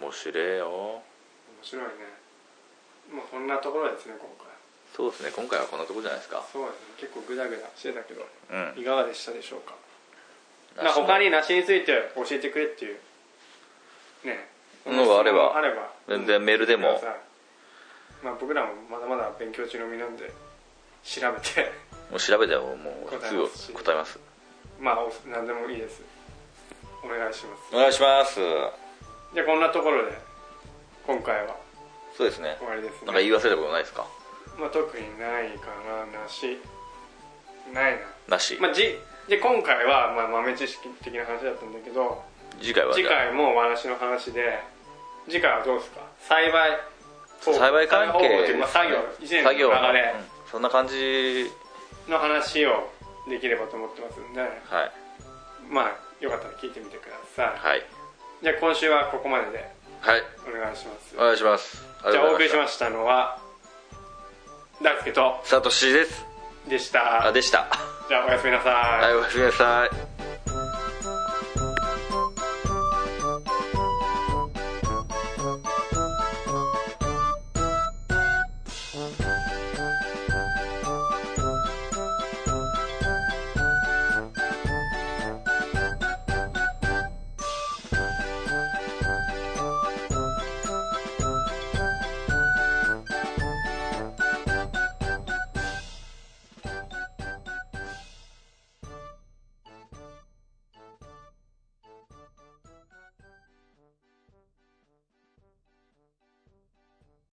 Speaker 2: な
Speaker 3: 面白いよ
Speaker 2: 面白いねまあこんなところですね今回
Speaker 3: そうですね今回はこんなとこじゃないですか
Speaker 2: そうですね結構グダグダしてたけど
Speaker 3: うん
Speaker 2: いかがでしたでしょうか
Speaker 3: 梨
Speaker 2: な
Speaker 3: の
Speaker 2: 他に梨について教えてくれっていうね
Speaker 3: のがあれば
Speaker 2: あれば
Speaker 3: 全然メールで
Speaker 2: くだ
Speaker 3: も
Speaker 2: さいまあ僕らもまだまだ勉強中の身なんで調べて <laughs>
Speaker 3: もう調べてももうすぐ答えます
Speaker 2: まあお何でもいいですお願いします
Speaker 3: お願いします
Speaker 2: じゃあこんなところで今回は
Speaker 3: そうですね
Speaker 2: 終わりですね
Speaker 3: なんか言い忘れたことないですか
Speaker 2: まあ特にないかな梨ないな
Speaker 3: なし、
Speaker 2: まあ、じで今回は、まあ、豆知識的な話だったんだけど
Speaker 3: 次回はじ
Speaker 2: 次
Speaker 3: ゃあ
Speaker 2: 回もお話の話で次回はどうですか栽培方法
Speaker 3: 栽培関
Speaker 2: 栽培方
Speaker 3: 係
Speaker 2: 法というかまあ作業一年の
Speaker 3: 作業の
Speaker 2: 流れ
Speaker 3: うんそんな感じ
Speaker 2: の話をできればと思ってますんで
Speaker 3: はい
Speaker 2: まあよかったら聞いてみてください
Speaker 3: はい
Speaker 2: じゃあ今週はここまでで
Speaker 3: はい
Speaker 2: お願いします
Speaker 3: お願いします
Speaker 2: じゃあお送りし
Speaker 3: す
Speaker 2: ましたのは大輔と
Speaker 3: サトシです
Speaker 2: でした
Speaker 3: あでした
Speaker 2: じゃあおやすみなさい
Speaker 3: はいおやすみなさい